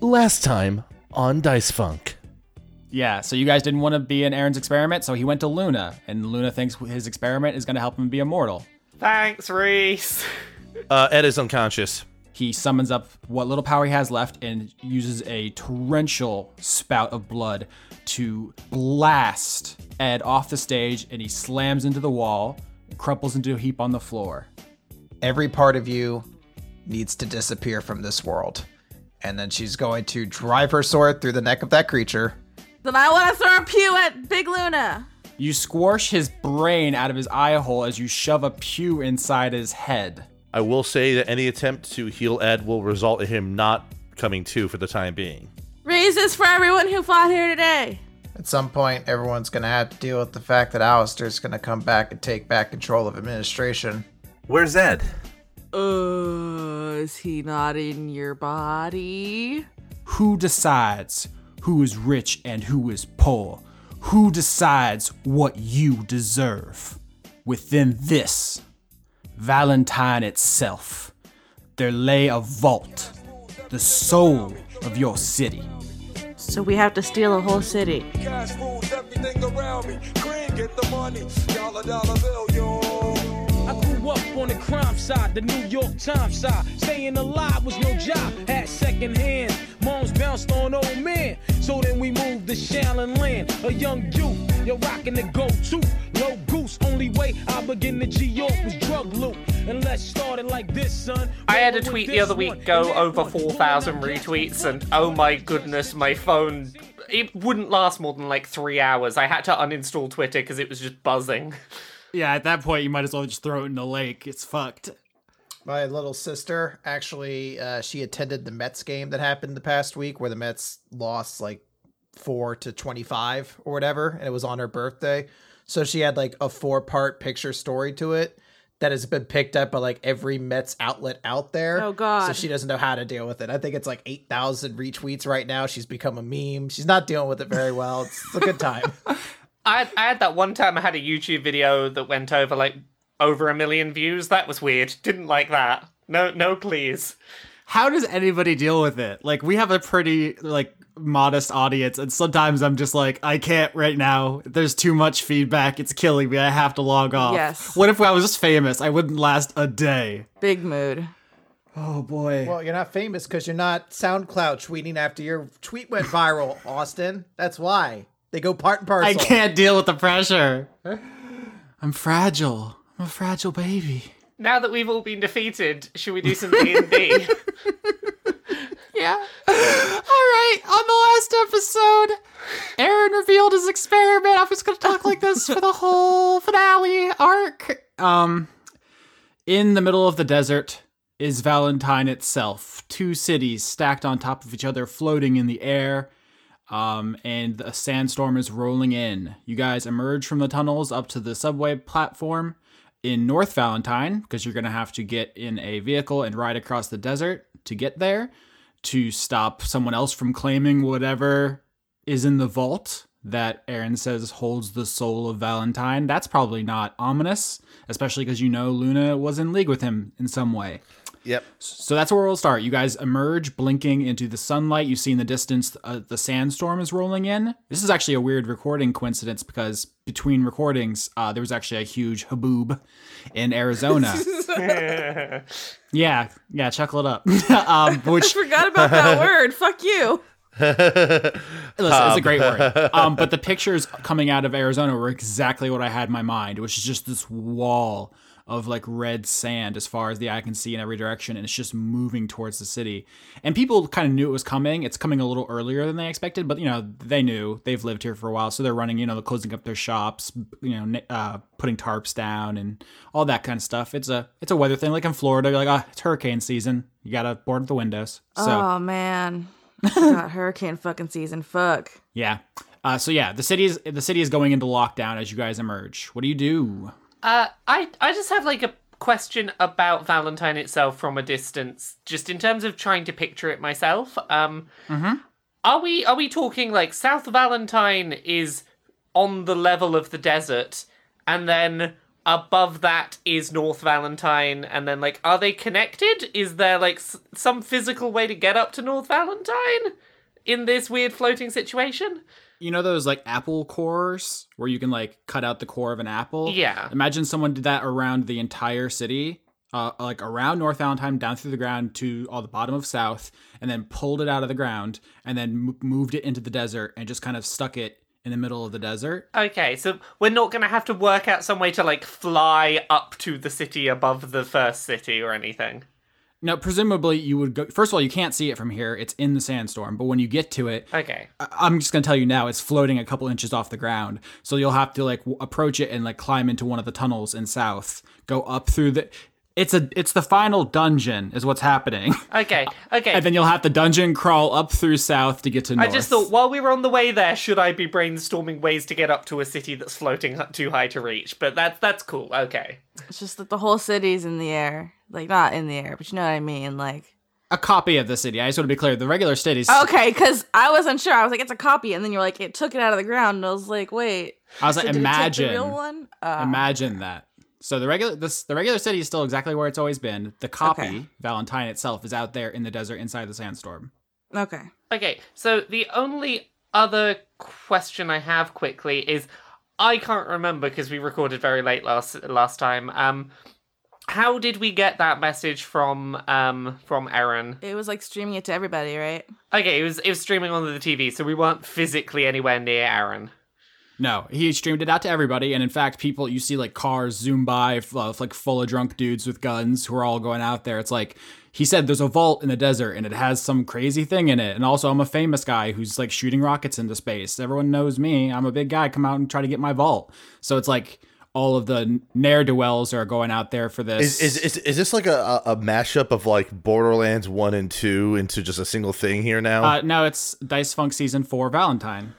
last time on Dice Funk. Yeah, so you guys didn't want to be in Aaron's experiment, so he went to Luna, and Luna thinks his experiment is going to help him be immortal. Thanks, Reese. Uh, Ed is unconscious. He summons up what little power he has left and uses a torrential spout of blood to blast Ed off the stage, and he slams into the wall, and crumples into a heap on the floor. Every part of you needs to disappear from this world. And then she's going to drive her sword through the neck of that creature. Then I want to throw a pew at Big Luna. You squash his brain out of his eye hole as you shove a pew inside his head. I will say that any attempt to heal Ed will result in him not coming to for the time being. Raises for everyone who fought here today. At some point, everyone's going to have to deal with the fact that Alistair's going to come back and take back control of administration. Where's Ed? Uh, is he not in your body? Who decides who is rich and who is poor? Who decides what you deserve? Within this, Valentine itself, there lay a vault, the soul of your city. So we have to steal a whole city. Cash rules everything around me. Green, get the money. Dollar, dollar bill, yo. I grew up on the crime side, the New York Times side. Staying alive was no job, had second hands. Moms bounced on old men, so then we moved to Shallon Land. A young youth, you're rocking the go-to. Low goose, only way I begin to G-York was drug loot. And let's start it like this, son. I had a tweet the other week go over 4,000 retweets, and oh my goodness, my phone. It wouldn't last more than like three hours. I had to uninstall Twitter because it was just buzzing. Yeah, at that point, you might as well just throw it in the lake. It's fucked. My little sister actually, uh, she attended the Mets game that happened the past week where the Mets lost like four to 25 or whatever, and it was on her birthday. So she had like a four part picture story to it that has been picked up by like every Mets outlet out there. Oh, God. So she doesn't know how to deal with it. I think it's like 8,000 retweets right now. She's become a meme. She's not dealing with it very well. It's a good time. I had, I had that one time I had a YouTube video that went over like over a million views. That was weird. Didn't like that. No, no, please. How does anybody deal with it? Like, we have a pretty, like, modest audience, and sometimes I'm just like, I can't right now. There's too much feedback. It's killing me. I have to log off. Yes. What if I was just famous? I wouldn't last a day. Big mood. Oh, boy. Well, you're not famous because you're not SoundCloud tweeting after your tweet went viral, Austin. That's why they go part and parcel. I can't deal with the pressure. I'm fragile. I'm a fragile baby. Now that we've all been defeated, should we do some D and D? Yeah. All right. On the last episode, Aaron revealed his experiment. I was going to talk like this for the whole finale arc. Um, in the middle of the desert is Valentine itself. Two cities stacked on top of each other, floating in the air. Um, and a sandstorm is rolling in. You guys emerge from the tunnels up to the subway platform in North Valentine because you're going to have to get in a vehicle and ride across the desert to get there to stop someone else from claiming whatever is in the vault that Aaron says holds the soul of Valentine. That's probably not ominous, especially because you know Luna was in league with him in some way. Yep. So that's where we'll start. You guys emerge, blinking into the sunlight. You see in the distance uh, the sandstorm is rolling in. This is actually a weird recording coincidence because between recordings, uh, there was actually a huge haboob in Arizona. yeah, yeah, chuckle it up. um, which Forgot about that word. Fuck you. Listen, it's a great word. Um, but the pictures coming out of Arizona were exactly what I had in my mind, which is just this wall of like red sand as far as the eye can see in every direction, and it's just moving towards the city. And people kind of knew it was coming. It's coming a little earlier than they expected, but you know they knew they've lived here for a while, so they're running. You know, they're closing up their shops. You know, na- uh, putting tarps down and all that kind of stuff. It's a it's a weather thing. Like in Florida, you're like, ah, it's hurricane season. You gotta board up the windows. So. Oh man. God, hurricane fucking season. Fuck. Yeah. Uh, so yeah, the city is the city is going into lockdown as you guys emerge. What do you do? Uh, I I just have like a question about Valentine itself from a distance, just in terms of trying to picture it myself. Um, are we are we talking like South Valentine is on the level of the desert, and then above that is North Valentine, and then like, are they connected? Is there like s- some physical way to get up to North Valentine in this weird floating situation? You know those like apple cores where you can like cut out the core of an apple? Yeah. Imagine someone did that around the entire city, uh, like around North Valentine, down through the ground to all the bottom of South, and then pulled it out of the ground and then mo- moved it into the desert and just kind of stuck it in the middle of the desert. Okay, so we're not gonna have to work out some way to like fly up to the city above the first city or anything. Now, presumably, you would go. First of all, you can't see it from here, it's in the sandstorm, but when you get to it, Okay. I- I'm just gonna tell you now, it's floating a couple inches off the ground, so you'll have to like w- approach it and like climb into one of the tunnels in south, go up through the. It's a it's the final dungeon is what's happening, Okay. Okay. and then you'll have the dungeon crawl up through south to get to I north. just thought while we were on the way there, should I be brainstorming ways to get up to a city that's floating h- too high to reach? But that's that's cool. Okay. It's just that the whole city's in the air. Like, not in the air, but you know what I mean? Like, a copy of the city. I just want to be clear, the regular city. is- okay, because I wasn't sure. I was like, it's a copy. And then you're like, it took it out of the ground. And I was like, wait. I was like, so did it take imagine, the real one? Uh, imagine that. So the regular this the regular city is still exactly where it's always been. The copy Okay. Valentine itself is out there in the desert inside the sandstorm. okay. Okay. So the only other question I have quickly is, I can't remember because we recorded very late last last time. Um, how did we get that message from um from Aaron? It was like streaming it to everybody, right? Okay, it was it was streaming on the TV, so we weren't physically anywhere near Aaron. No, he streamed it out to everybody, and in fact, people you see like cars zoom by, f- uh, like full of drunk dudes with guns who are all going out there. It's like he said, there's a vault in the desert, and it has some crazy thing in it. And also, I'm a famous guy who's like shooting rockets into space. Everyone knows me. I'm a big guy. Come out and try to get my vault. So it's like all of the ne'er do wells are going out there for this. Is, is, is, is this like a, a a mashup of like Borderlands 1 and 2 into just a single thing here now? uh, no, it's Dice Funk season four Valentine,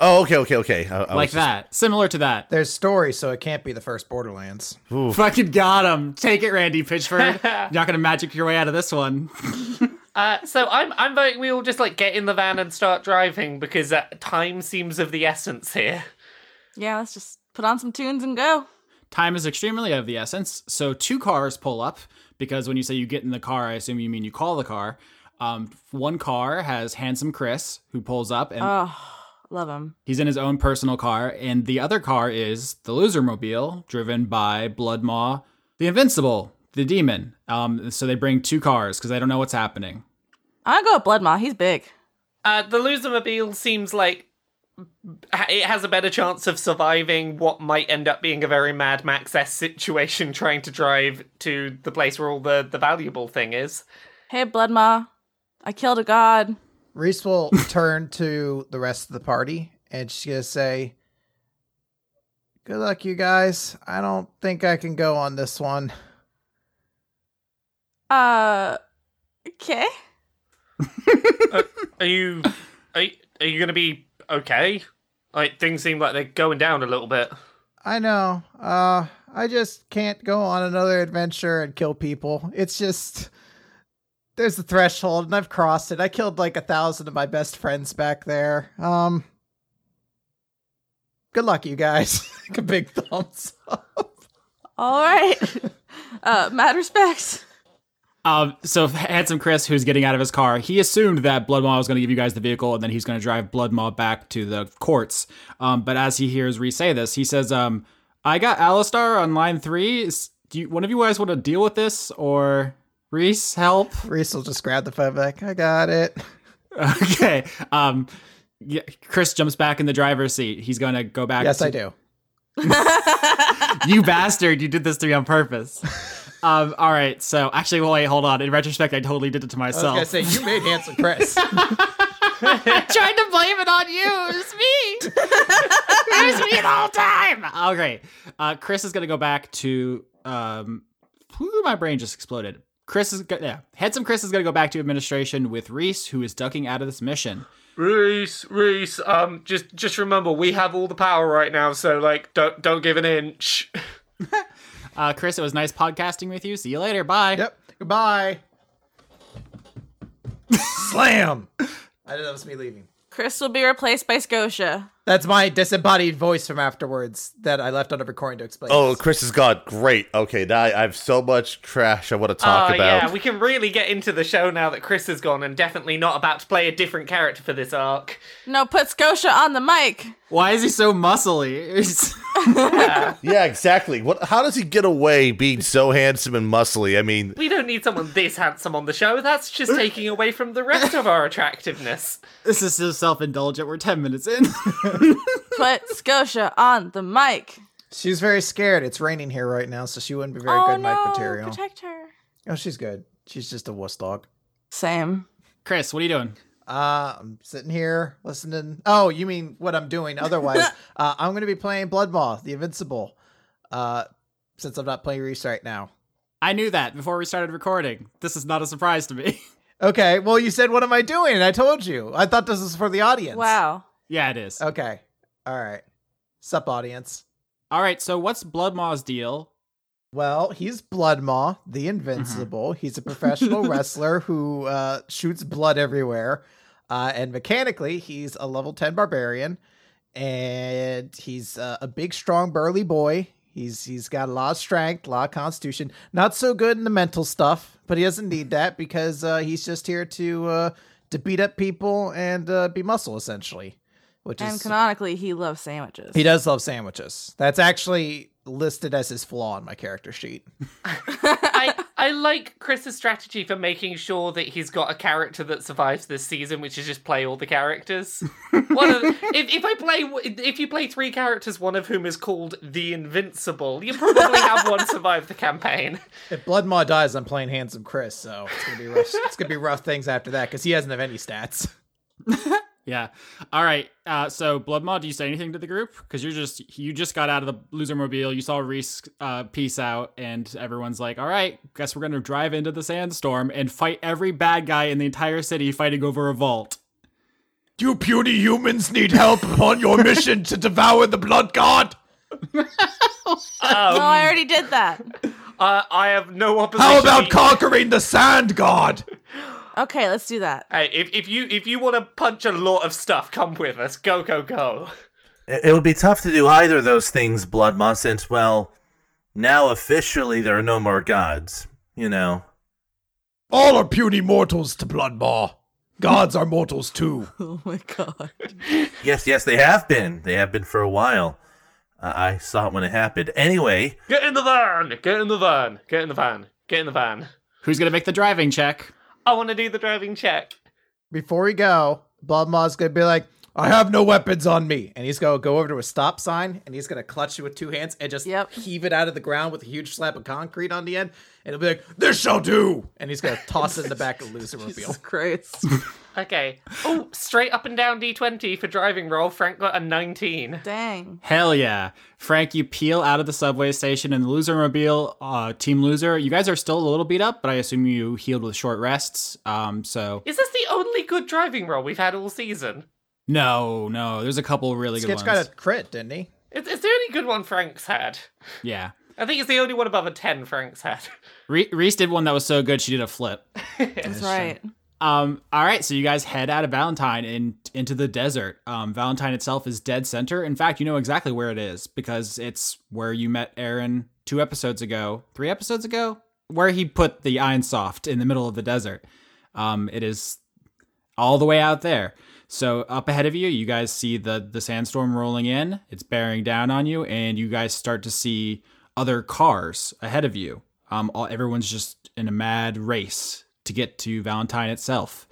oh, okay, okay, okay. I, I like was just- that, similar to that. There's story, so it can't be the first Borderlands. Fucking got him. Take it, Randy Pitchford. You're not gonna magic your way out of this one. Uh, so I'm I'm voting we all just like get in the van and start driving because uh, time seems of the essence here. Yeah, let's just put on some tunes and go. Time is extremely of the essence, so two cars pull up because when you say you get in the car, I assume you mean you call the car. Um, one car has handsome Chris who pulls up and Oh, love him. he's in his own personal car, and the other car is the loser mobile driven by Blood Maw, the Invincible, the demon. Um, so they bring two cars because they don't know what's happening. I'll go with Bloodmaw. He's big. Uh, the losermobile seems like it has a better chance of surviving what might end up being a very Mad Max s situation, trying to drive to the place where all the the valuable thing is. Hey, Bloodmaw. I killed a god. Reese will turn to the rest of the party and she's going to say, Good luck, you guys. I don't think I can go on this one. Uh, okay. Are you are you, are you gonna be okay? Like things seem like they're going down a little bit. I know. Uh, I just can't go on another adventure and kill people. It's just. There's a threshold, and I've crossed it. I killed like a thousand of my best friends back there. Um. Good luck, you guys. like a big thumbs up. All right. uh, mad respects. Um, so handsome Chris, who's getting out of his car, he assumed that Blood Maw was going to give you guys the vehicle, and then he's going to drive Blood Maw back to the courts. Um, but as he hears Ree say this, he says, um, "I got Alistar on line three. Is- Do you, one of you guys want to deal with this, or Reese help?" Reese will just grab the phone, be like, I got it. okay. Um, yeah, Chris jumps back in the driver's seat. He's going to go back. yes, to- I do. you bastard, you did this to me on purpose. Um, all right, so actually, well, wait, hold on. In retrospect, I totally did it to myself. say you made handsome Chris. trying to blame it on you. It's me. it was me the whole time. Okay. Uh, Chris is gonna go back to um. whew, my brain just exploded. Chris is go- yeah. Handsome Chris is gonna go back to administration with Reese, who is ducking out of this mission. Reese, Reese, um, just just remember we have all the power right now, so like don't don't give an inch. Uh, Chris, it was nice podcasting with you. See you later. Bye. yep. Goodbye. Slam. I didn't that was me leaving. Chris will be replaced by Scotia. That's my disembodied voice from afterwards that I left on a recording to explain. Oh, this. Chris is gone. Great. Okay, now I I have so much trash I want to talk Oh, about. yeah, we can really get into the show now that Chris is gone and definitely not about to play a different character for this arc. No, put Scotia on the mic. Why is he so muscly? It's- yeah, exactly. What? How does he get away being so handsome and muscly? I mean, We don't need someone this handsome on the show. That's just taking away from the rest of our attractiveness. this is so self indulgent. We're 10 minutes in. Put Scotia on the mic. she's very scared. It's raining here right now, so she wouldn't be very oh good no! mic material. Protect her. oh, she's good. She's just a wuss dog. Same. Chris, what are you doing? Uh, I'm sitting here listening. Oh, you mean what I'm doing? Otherwise, uh, I'm going to be playing Blood Moth, the Invincible. Uh, since I'm not playing Reese right now. I knew that before we started recording. This is not a surprise to me. Okay. Well, you said what am I doing? And I told you. I thought this was for the audience. Wow. yeah, it is. Okay. All right. Sup, audience. All right, so what's Blood Maw's deal? Well, he's Blood Maw, the Invincible. He's a professional wrestler who uh, shoots blood everywhere. Uh, and mechanically, he's a level 10 barbarian. And he's uh, a big, strong, burly boy. He's He's got a lot of strength, a lot of constitution. Not so good in the mental stuff, but he doesn't need that because uh, he's just here to, uh, to beat up people and uh, be muscle, essentially. Which And is canonically, he loves sandwiches. he does love sandwiches. That's actually listed as his flaw in my character sheet. I, I like Chris's strategy for making sure that he's got a character that survives this season, which is just play all the characters. One of, if, if I play if you play three characters, one of whom is called the Invincible, you probably have one survive the campaign. If Blood Maw dies, I'm playing Handsome Chris, so it's gonna be rough. it's gonna be rough things after that because he doesn't have any stats. Yeah. All right. Uh, so Blood Maw, do you say anything to the group? Because you're just you just got out of the loser mobile. You saw Reese uh, peace out, and everyone's like, "All right, guess we're gonna drive into the sandstorm and fight every bad guy in the entire city, fighting over a vault." You puny humans need help upon your mission to devour the Blood God. no, Oh, I already did that. Uh, I have no opposition. to- conquering the Sand God? Okay, let's do that. Hey, if, if you if you want to punch a lot of stuff, come with us. Go go go. It it would be tough to do either of those things, Blood Moth, since, well, now officially there are no more gods. You know. All are puny mortals to Blood Maw. Gods are mortals too. Oh my god. Yes, yes, they have been. They have been for a while. Uh, I saw it when it happened. Anyway, Get in the van. Get in the van. Get in the van. Get in the van. Who's gonna make the driving check? I want to do the driving check. Before we go, Blood Maw's gonna be like, "I have no weapons on me," and he's gonna go over to a stop sign and he's gonna clutch you with two hands and just Yep. heave it out of the ground with a huge slab of concrete on the end, and he'll be like, "This shall do," and he's gonna toss it in the back of the loser mobile. Christ. Okay. Oh, straight up and down D20 for driving roll. Frank got a 19. Dang. Hell yeah, Frank! You peel out of the subway station in the loser mobile. Uh, team loser, you guys are still a little beat up, but I assume you healed with short rests. Um, so Is this the only good driving roll we've had all season? no, no, there's a couple really good Sketch ones. got a crit, didn't he? It's, it's the only good one Frank's had. Yeah. I think it's the only one above a 10 Frank's had. Re- Reese did one that was so good she did a flip. That's right. Um, all right, so you guys head out of Valentine and into the desert. Um, Valentine itself is dead center. In fact, you know exactly where it is because it's where you met Aaron two episodes ago, three episodes ago, where he put the iron soft in the middle of the desert. Um, it is all the way out there. So up ahead of you, you guys see the the sandstorm rolling in. It's bearing down on you, and you guys start to see other cars ahead of you. Um, all, everyone's just in a mad race to get to Valentine itself.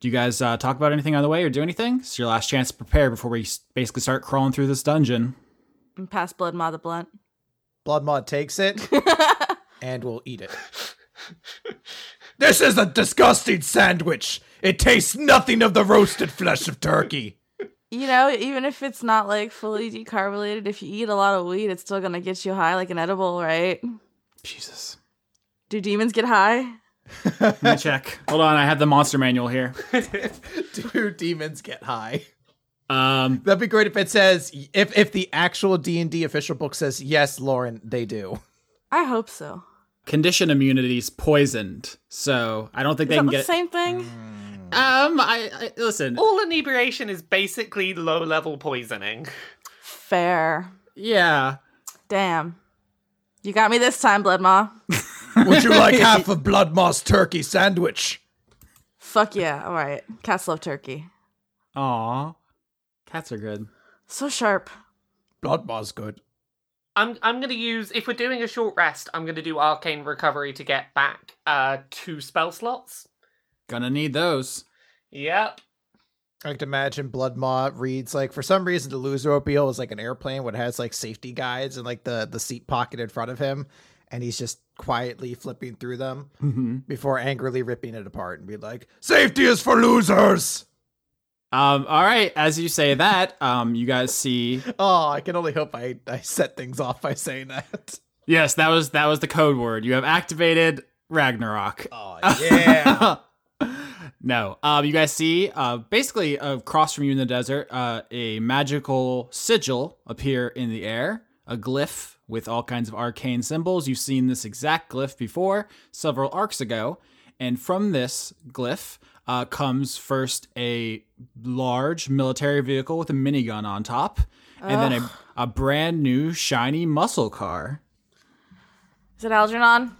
Do you guys uh, talk about anything on the way or do anything? It's your last chance to prepare before we s- basically start crawling through this dungeon. And pass blood ma the blunt. Blood Maw takes it and will eat it. this is a disgusting sandwich. It tastes nothing of the roasted flesh of turkey. You know, even if it's not like fully decarbonated, if you eat a lot of weed, it's still gonna get you high like an edible, right? Jesus. Do demons get high? Let me check. Hold on, I have the monster manual here. Do demons get high? Um, That'd be great if it says if if the actual D and D official book says yes, Lauren, they do. I hope so. condition immunity's poisoned, so I don't think Is they that can the get. Mm. same thing? Um, I, I listen. All inebriation is basically low level poisoning. Fair. Yeah. Damn. You got me this time, Blood Maw. Would you like half a blood moss turkey sandwich? Fuck yeah. All right. Cats love turkey. Aw, cats are good. So sharp. Blood moss good. I'm I'm gonna use if we're doing a short rest, I'm gonna do arcane recovery to get back uh two spell slots. Gonna need those. Yep. I like to imagine Blood Maw reads like for some reason the loser opial is like an airplane what has like safety guides and like the the seat pocket in front of him, and he's just quietly flipping through them Mm-hmm. before angrily ripping it apart and be like, "Safety is for losers." Um, all right. As you say that, um, you guys see. Oh, I can only hope I I set things off by saying that. Yes, that was that was the code word. You have activated Ragnarok. Oh no. Um, you guys see, uh, basically across from you in the desert, uh, a magical sigil appear in the air, a glyph with all kinds of arcane symbols. You've seen this exact glyph before several arcs ago, and from this glyph uh, comes first a large military vehicle with a minigun on top, and then a, a brand new shiny muscle car. Is it Algernon?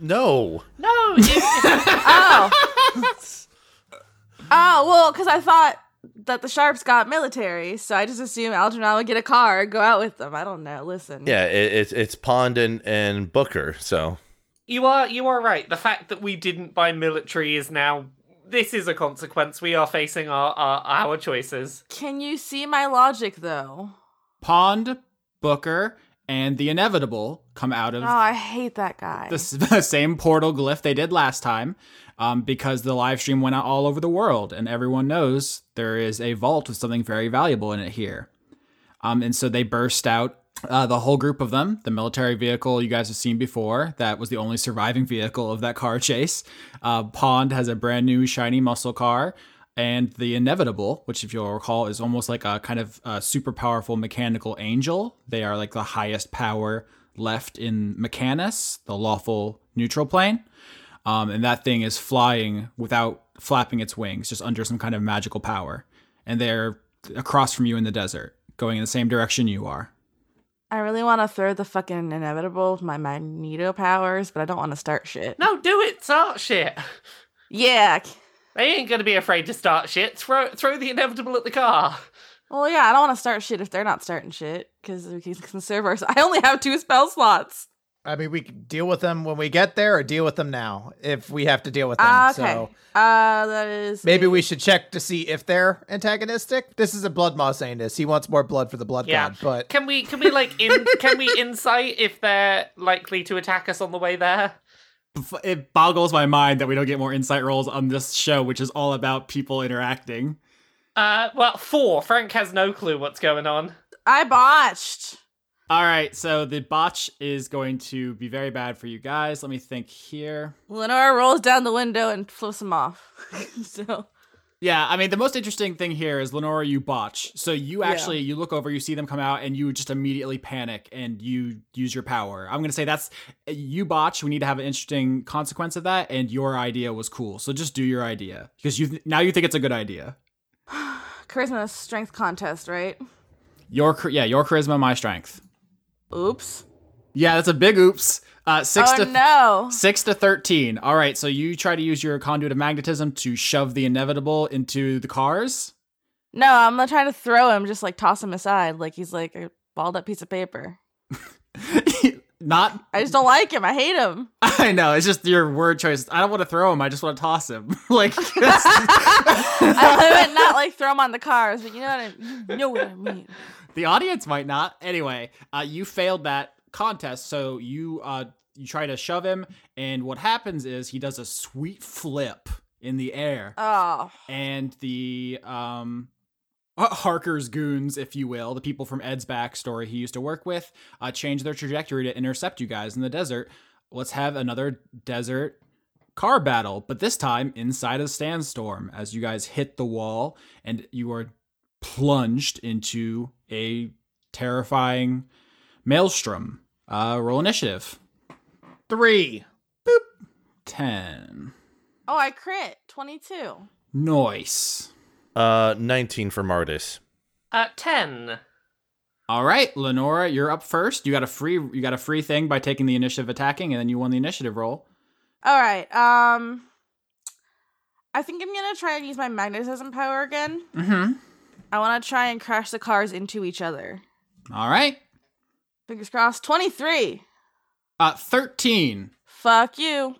No. No, it- Oh. oh, well, because I thought that the Sharps got military, so I just assumed Algernon would get a car and go out with them. I don't know. Listen. Yeah, it, it's it's Pond and and Booker. So you are you are right. The fact that we didn't buy military is now this is a consequence. We are facing our our, our choices. Can you see my logic, though? Pond, Booker, and the inevitable come out of Oh, I hate that guy. the, s- the same portal glyph they did last time um, because the live stream went out all over the world and everyone knows there is a vault with something very valuable in it here um, and so they burst out uh, the whole group of them the military vehicle you guys have seen before that was the only surviving vehicle of that car chase uh, pond has a brand new shiny muscle car and the inevitable which if you'll recall is almost like a kind of uh, super powerful mechanical angel they are like the highest power left in Mechanus, the lawful neutral plane. Um, and that thing is flying without flapping its wings, just under some kind of magical power. And they're across from you in the desert, going in the same direction you are. I really want to throw the fucking inevitable with my magneto powers, but I don't want to start shit. No, do it, start shit. Yeah. c- They ain't gonna be afraid to start shit. Throw throw the inevitable at the car. Well, yeah, I don't want to start shit if they're not starting shit because we can conserve our. I only have two spell slots. I mean, we can deal with them when we get there, or deal with them now if we have to deal with them. Ah, okay. So Uh, that is. maybe a- we should check to see if they're antagonistic. This is a blood moss saying this. He wants more blood for the blood Yeah. god, but Can we can we like in can we insight if they're likely to attack us on the way there? Bef- It boggles my mind that we don't get more insight rolls on this show, which is all about people interacting. Uh, well, four. Frank has no clue what's going on. I botched. All right, so the botch is going to be very bad for you guys. Let me think here. Lenora rolls down the window and flips him off. so Yeah, I mean the most interesting thing here is Lenora, you botch. So you Yeah. actually you look over, you see them come out, and you just immediately panic and you use your power. I'm gonna say that's you botch. We need to have an interesting consequence of that, and your idea was cool. So just do your idea because you th- now you think it's a good idea. charisma strength contest, right? Your char- yeah, your charisma, my strength. Oops. Yeah, that's a big oops. Uh, six Oh to no. Six to thirteen. All right, so you try to use your conduit of magnetism to shove the inevitable into the cars. No, I'm not trying to throw him. Just like toss him aside, like he's like a balled up piece of paper. Not I just don't like him. I hate him. I know. It's just your word choice. I don't want to throw him. I just want to toss him. like, that's- I would not like throw him on the cars, but you know what I you know what I mean. the audience might not. Anyway, uh, you failed that contest, so you uh, you try to shove him, and what happens is he does a sweet flip in the air, Oh, and the um. Harker's goons, if you will, the people from Ed's backstory he used to work with, uh, change their trajectory to intercept you guys in the desert. Let's have another desert car battle, but this time inside a sandstorm as you guys hit the wall and you are plunged into a terrifying maelstrom. Uh, roll initiative. three. Ten. Oh, I crit. 22. Nice. Uh, 19 for Mardis. Uh, ten. All right, Lenora, you're up first. You got a free you got a free thing by taking the initiative attacking, and then you won the initiative roll. All right. Um, I think I'm going to try and use my magnetism power again. Mm-hmm. I want to try and crash the cars into each other. All right. Fingers crossed. 23. Uh, thirteen. Fuck you.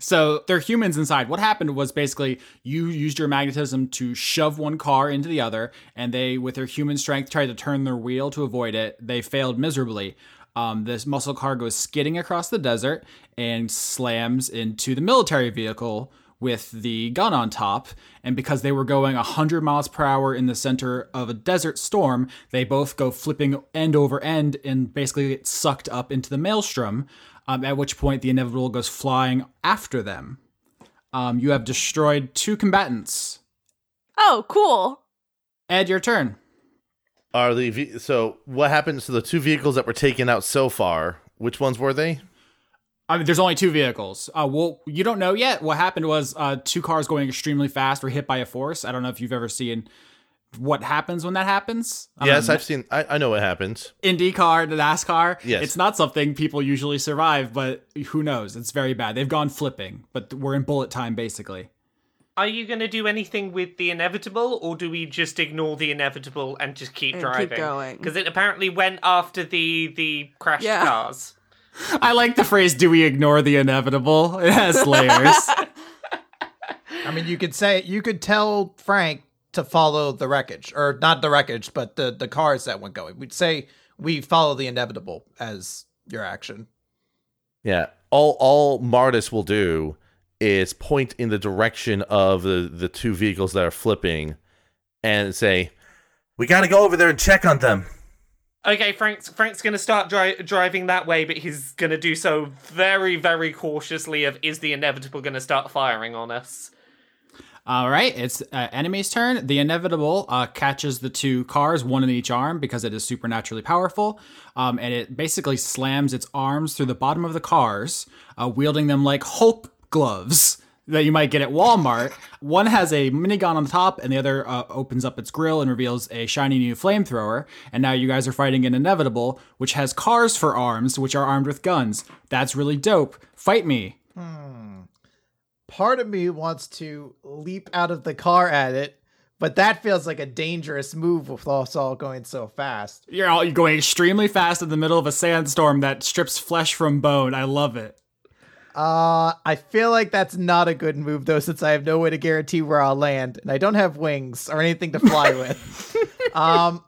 So they're humans inside. What happened was basically you used your magnetism to shove one car into the other, and they, with their human strength, tried to turn their wheel to avoid it. They failed miserably. Um, this muscle car goes skidding across the desert and slams into the military vehicle with the gun on top. And because they were going 100 miles per hour in the center of a desert storm, they both go flipping end over end and basically get sucked up into the maelstrom. Um, at which point, the inevitable goes flying after them. Um, you have destroyed two combatants. Oh, cool. Ed, your turn. Are the ve- so what happens to the two vehicles that were taken out so far? Which ones were they? I mean, there's only two vehicles. Uh, well, you don't know yet. What happened was uh, two cars going extremely fast were hit by a force. I don't know if you've ever seen what happens when that happens. I yes, mean, I've seen. I, I know what happens. IndyCar, the NASCAR. Yes. It's not something people usually survive, but who knows? It's very bad. They've gone flipping, but we're in bullet time basically. Are you going to do anything with the inevitable, or do we just ignore the inevitable and just keep And keep driving? going. Because it apparently went after the the crashed Yeah. cars. I like the phrase, do we ignore the inevitable? It has layers. I mean, you could say you could tell Frank to follow the wreckage, or not the wreckage, but the the cars that went going. We'd say we follow the inevitable as your action. Yeah. All all Mardis will do is point in the direction of the, the two vehicles that are flipping and say, We gotta go over there and check on them. Okay, Frank's Frank's going to start dri- driving that way, but he's going to do so very very cautiously. Of is the inevitable going to start firing on us? All right, it's uh, enemy's turn. The inevitable uh, catches the two cars, one in each arm, because it is supernaturally powerful, um, and it basically slams its arms through the bottom of the cars, uh, wielding them like Hulk gloves that you might get at Walmart. one has a minigun on the top, and the other uh, opens up its grill and reveals a shiny new flamethrower. And now you guys are fighting an inevitable, which has cars for arms, which are armed with guns. That's really dope. Fight me. Part of me wants to leap out of the car at it, but that feels like a dangerous move with us all going so fast. You're all you're going extremely fast in the middle of a sandstorm that strips flesh from bone. I love it. Uh, I feel like that's not a good move though, since I have no way to guarantee where I'll land, and I don't have wings or anything to fly with. um,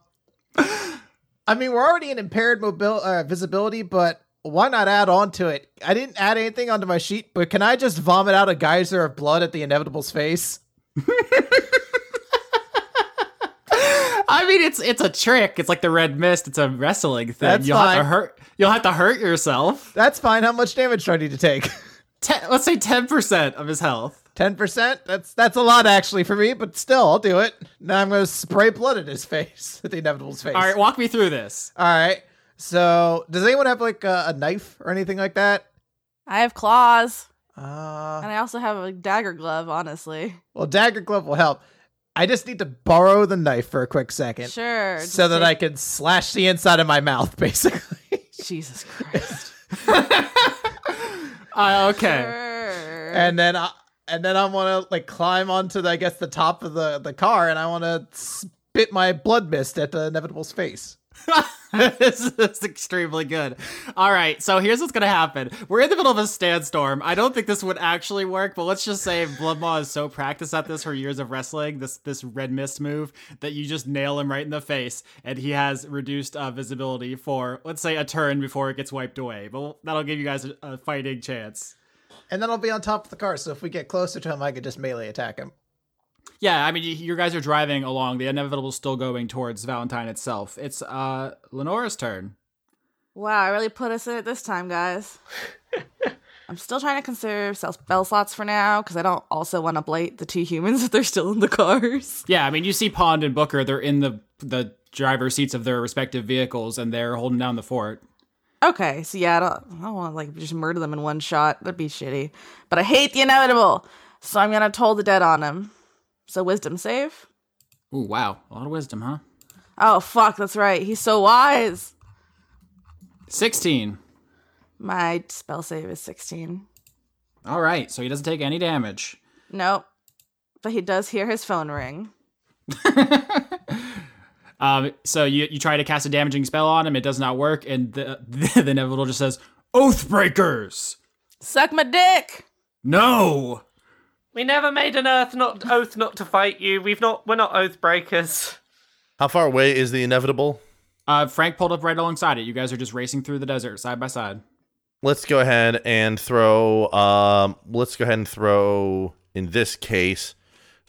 I mean, we're already in impaired mobil- uh, visibility, but why not add on to it? I didn't add anything onto my sheet, but can I just vomit out a geyser of blood at the inevitable's face? I mean, it's it's a trick. It's like the red mist. It's a wrestling thing. That's you'll have to fine. hurt. You'll have to hurt yourself. That's fine. How much damage do I need to take? Ten, let's say ten percent of his health. Ten percent. That's that's a lot actually for me, but still, I'll do it. Now I'm gonna spray blood at his face, at the inevitable's face. All right, walk me through this. All right. So, does anyone have like a, a knife or anything like that? I have claws. Uh, And I also have a dagger glove, honestly. well, dagger glove will help. I just need to borrow the knife for a quick second, Sure. just so that I take- can slash the inside of my mouth, basically. Jesus Christ. Uh, okay. Sure. and then I and then I want to like climb onto the, I guess the top of the the car, and I want to spit my blood mist at the inevitable's face. this is extremely good. All right, so here's what's gonna happen. We're in the middle of a standstorm. I don't think this would actually work, but let's just say Bloodmaw is so practiced at this her years of wrestling, this this red mist move, that you just nail him right in the face, and he has reduced uh, visibility for let's say a turn before it gets wiped away. But that'll give you guys a, a fighting chance. And then I'll be on top of the car, so if we get closer to him, I could just melee attack him. Yeah, I mean, you, you guys are driving along. The inevitable still going towards Valentine itself. It's uh Lenora's turn. Wow, I really put us in it this time, guys. I'm still trying to conserve cell- spell slots for now because I don't also want to blight the two humans if they're still in the cars. Yeah, I mean, you see Pond and Booker; they're in the the driver's seats of their respective vehicles, and they're holding down the fort. Okay, so yeah, I don't, I don't want to like just murder them in one shot. That'd be shitty. But I hate the inevitable. So I'm gonna toll the dead on him. So wisdom save. Ooh, wow. A lot of wisdom, huh? Oh fuck, that's right. He's so wise. 16. My spell save is 16. All right. So he doesn't take any damage. Nope. But he does hear his phone ring. Um, so you, you try to cast a damaging spell on him. It does not work. And the, the, the inevitable just says, Oathbreakers! Suck my dick. No! We never made an earth not oath not to fight you. We've not we're not oath breakers. How far away is the inevitable? Uh, Frank pulled up right alongside it. You guys are just racing through the desert side by side. Let's go ahead and throw. Um, let's go ahead and throw. In this case,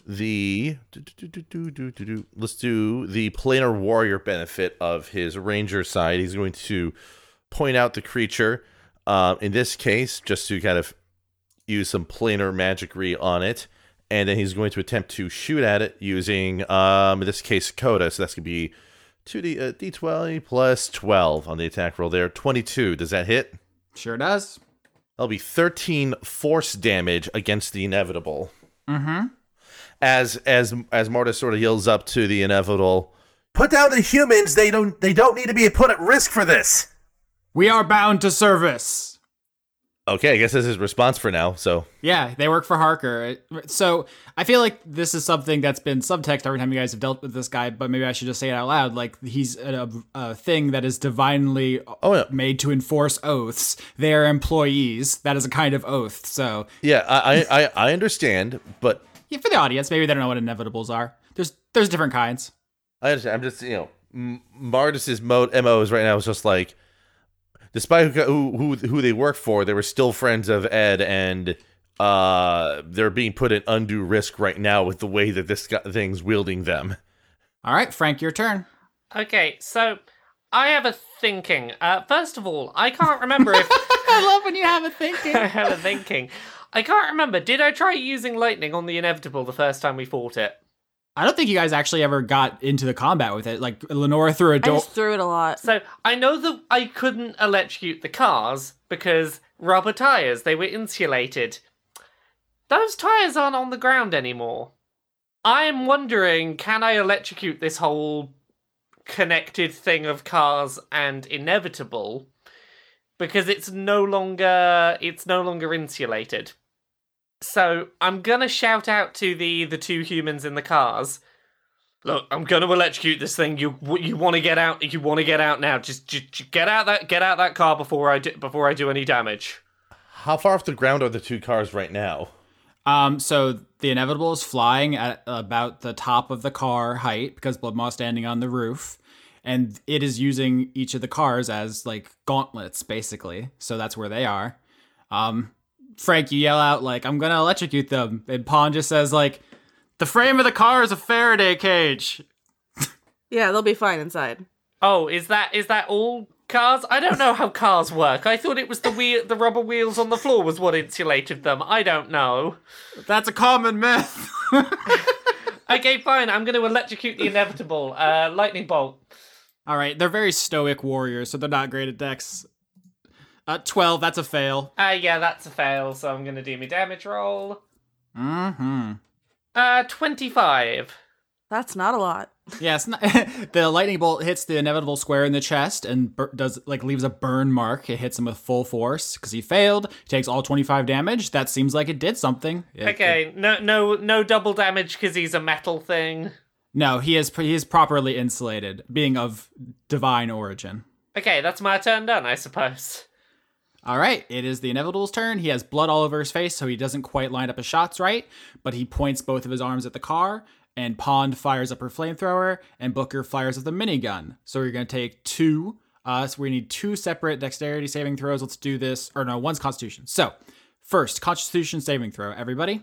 the do, do, do, do, do, do, do. let's do the planar warrior benefit of his ranger side. He's going to point out the creature. Uh, in this case, just to kind of use some planar magicry on it, and then he's going to attempt to shoot at it using, um, in this case, Coda. So that's going to be two d uh, d12 plus 12 on the attack roll there. 22. Does that hit? Sure does. That'll be 13 force damage against the inevitable. Mm-hmm. As as as Marta sort of heals up to the inevitable. Put down the humans. They don't. They don't need to be put at risk for this. We are bound to service. Okay, I guess that's his response for now. So Yeah, they work for Harker. So I feel like this is something that's been subtext every time you guys have dealt with this guy, but maybe I should just say it out loud. Like, he's a, a thing that is divinely Oh, yeah. made to enforce oaths. They are employees. That is a kind of oath. So, yeah, I I, I, I understand, but yeah, for the audience, maybe they don't know what inevitables are. There's there's different kinds. I understand. I'm just you know, M- Mardis's mode mo is right now is just like, despite who, who who they work for, they were still friends of Ed, and uh, they're being put at undue risk right now with the way that this guy, thing's wielding them. All right, Frank, your turn. Okay, so I have a thinking. Uh, first of all, I can't remember if I love when you have a thinking. I have a thinking. I can't remember. Did I try using lightning on the inevitable the first time we fought it? I don't think you guys actually ever got into the combat with it. Like Lenora threw a I door. just threw it a lot. So I know that I couldn't electrocute the cars because rubber tires, they were insulated. Those tires aren't on the ground anymore. I'm wondering can I electrocute this whole connected thing of cars and inevitable because it's no longer it's no longer insulated. So I'm going to shout out to the the two humans in the cars Look, I'm gonna electrocute this thing. You you want to get out? You want to get out now? Just, just, just get out that get out that car before I do, before I do any damage. How far off the ground are the two cars right now? Um, so the inevitable is flying at about the top of the car height because Bloodmaw's standing on the roof, and it is using each of the cars as like gauntlets, basically. So that's where they are. Um, Frank, you yell out like, "I'm gonna electrocute them," and Pawn just says like, "The frame of the car is a Faraday cage." Yeah, they'll be fine inside. Oh, is that is that all cars? I don't know how cars work. I thought it was the wheel, the rubber wheels on the floor was what insulated them. I don't know. That's a common myth. Okay, fine. I'm gonna electrocute the inevitable. Uh, lightning bolt. All right, they're very stoic warriors, so they're not great at dex. Uh, twelve, that's a fail. Uh, yeah, that's a fail. So I'm gonna do my damage roll. Mm-hmm. Uh, twenty-five. That's not a lot. Yes, the lightning bolt hits the inevitable square in the chest and bur- does like leaves a burn mark. It hits him with full force because he failed. Takes all twenty five damage. That seems like it did something. It- it- Okay, no no no double damage because he's a metal thing. no, he is he is properly insulated, being of divine origin. Okay, that's my turn done, I suppose. All right, it is the Inevitable's turn. He has blood all over his face, so he doesn't quite line up his shots right, but he points both of his arms at the car, and Pond fires up her flamethrower, and Booker fires up the minigun. So we're going to take two. Uh, so we need two separate dexterity saving throws. Let's do this. Or no, one's constitution. So, first, constitution saving throw, everybody.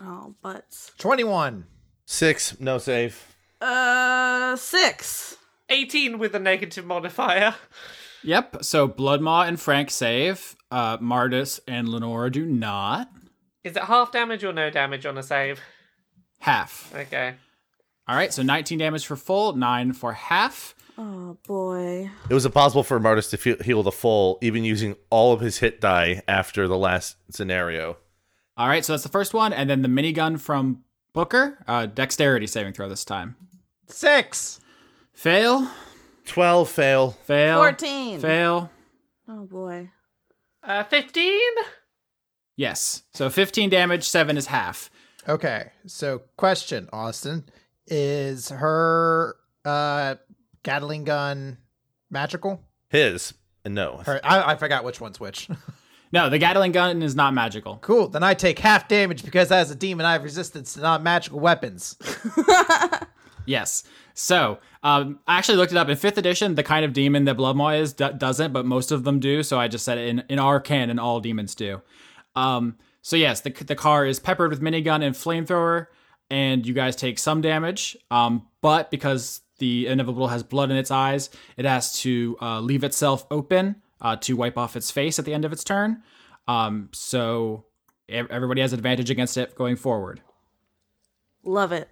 Oh, but Twenty one. Six, no save. uh, six. 18 with a negative modifier. Yep, so Bloodmaw and Frank save. Uh, Mardis and Lenora do not. Is it half damage or no damage on a save? Half. Okay. All right, so 19 damage for full, 9 for half. Oh boy. It was impossible for Martis to fe- heal the full, even using all of his hit die after the last scenario. All right, so that's the first one, and then the minigun from Booker. Uh, dexterity saving throw this time. Six. Fail. 12 fail. Fail. 14. Fail. Oh boy. Uh, 15? Yes. So 15 damage. Seven is half. Okay. So question, Austin, is her uh Gatling gun magical? His. No. Her, I, I forgot which one's which. No, the Gatling gun is not magical. cool. Then I take half damage because as a demon I have resistance to non-magical weapons. Yes. So um, I actually looked it up in fifth edition. The kind of demon that Bloodmaw is do- doesn't, but most of them do. So I just said in in our canon, all demons do. Um, so yes, the the car is peppered with minigun and flamethrower, and you guys take some damage. Um, but because the inevitable has blood in its eyes, it has to uh, leave itself open uh, to wipe off its face at the end of its turn. Um, so ev- everybody has advantage against it going forward. Love it.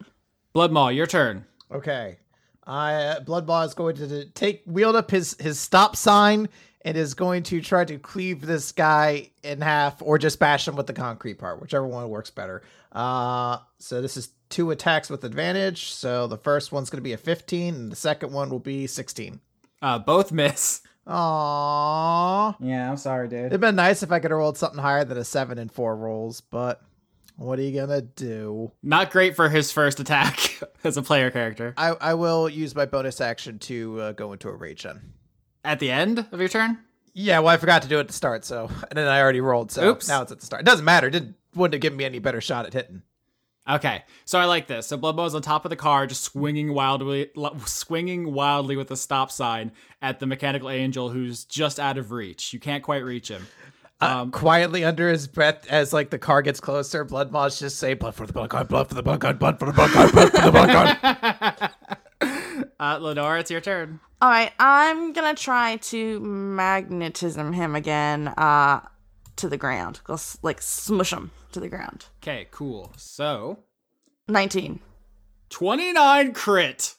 Bloodmaw, your turn. Okay. I Bloodbaugh is going to take wield up his his stop sign and is going to try to cleave this guy in half or just bash him with the concrete part, whichever one works better. Uh so this is two attacks with advantage. So the first one's going to be a 15 and the second one will be 16. Uh, both miss. Aww. Yeah, I'm sorry, dude. It'd been nice if I could have rolled something higher than a 7 and 4 rolls, but what are you going to do? Not great for his first attack as a player character. I, I will use my bonus action to uh, go into a rage then. At the end of your turn? Yeah, well, I forgot to do it at the start, so and then I already rolled, so Oops. now it's at the start. It doesn't matter. It didn't wouldn't have given me any better shot at hitting. Okay, so I like this. So Bloodbow's on top of the car, just swinging wildly, lo- swinging wildly with a stop sign at the mechanical angel, who's just out of reach. You can't quite reach him. Um, Quietly under his breath, as like the car gets closer, Blood Moths just say, "Blood for the blood god, blood for the blood god, blood for the blood god, blood for the blood god." uh, Lenora, it's your turn. All right, I'm gonna try to magnetism him again uh, to the ground. Go s- like smush him to the ground. Okay, cool. So Nineteen. twenty nine crit.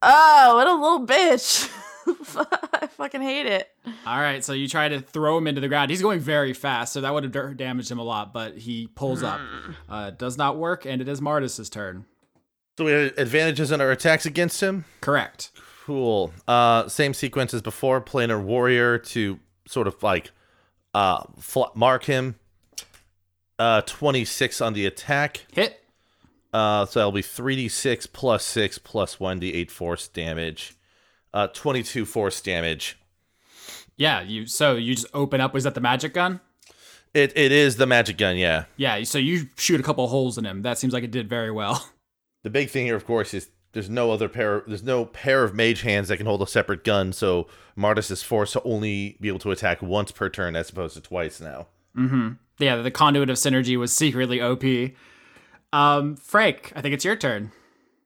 Oh, what a little bitch! I fucking hate it. All right, so you try to throw him into the ground. He's going very fast, so that would have dur- damaged him a lot. But he pulls up. Uh, does not work, and it is Martis's turn. So we have advantages on our attacks against him. Correct. Cool. Uh, same sequence as before. Planar warrior to sort of like uh fl- mark him. Uh, twenty six on the attack. Hit. Uh, so that'll be three d six plus six plus one d eight force damage. Uh, twenty two force damage. Yeah, you so you just open up was that the magic gun? It it is the magic gun. Yeah. Yeah, so you shoot a couple holes in him. That seems like it did very well. The big thing here, of course, is there's no other pair. There's no pair of mage hands that can hold a separate gun. So Martis is forced to only be able to attack once per turn, as opposed to twice now. Mhm. Yeah, the conduit of synergy was secretly OP. Um Frank, I think it's your turn.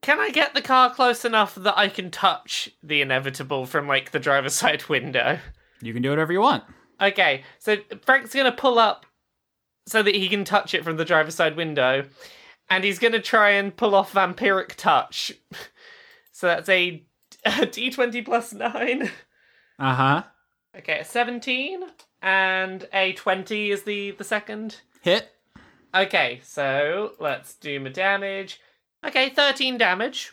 Can I get the car close enough that I can touch the inevitable from like the driver's side window? You can do whatever you want. Okay, so Frank's gonna pull up so that he can touch it from the driver's side window, and he's gonna try and pull off vampiric touch. So that's a D twenty plus nine. Uh-huh. Okay, a seventeen and a twenty is the the second. Hit. Okay, so let's do my damage. Okay, thirteen damage.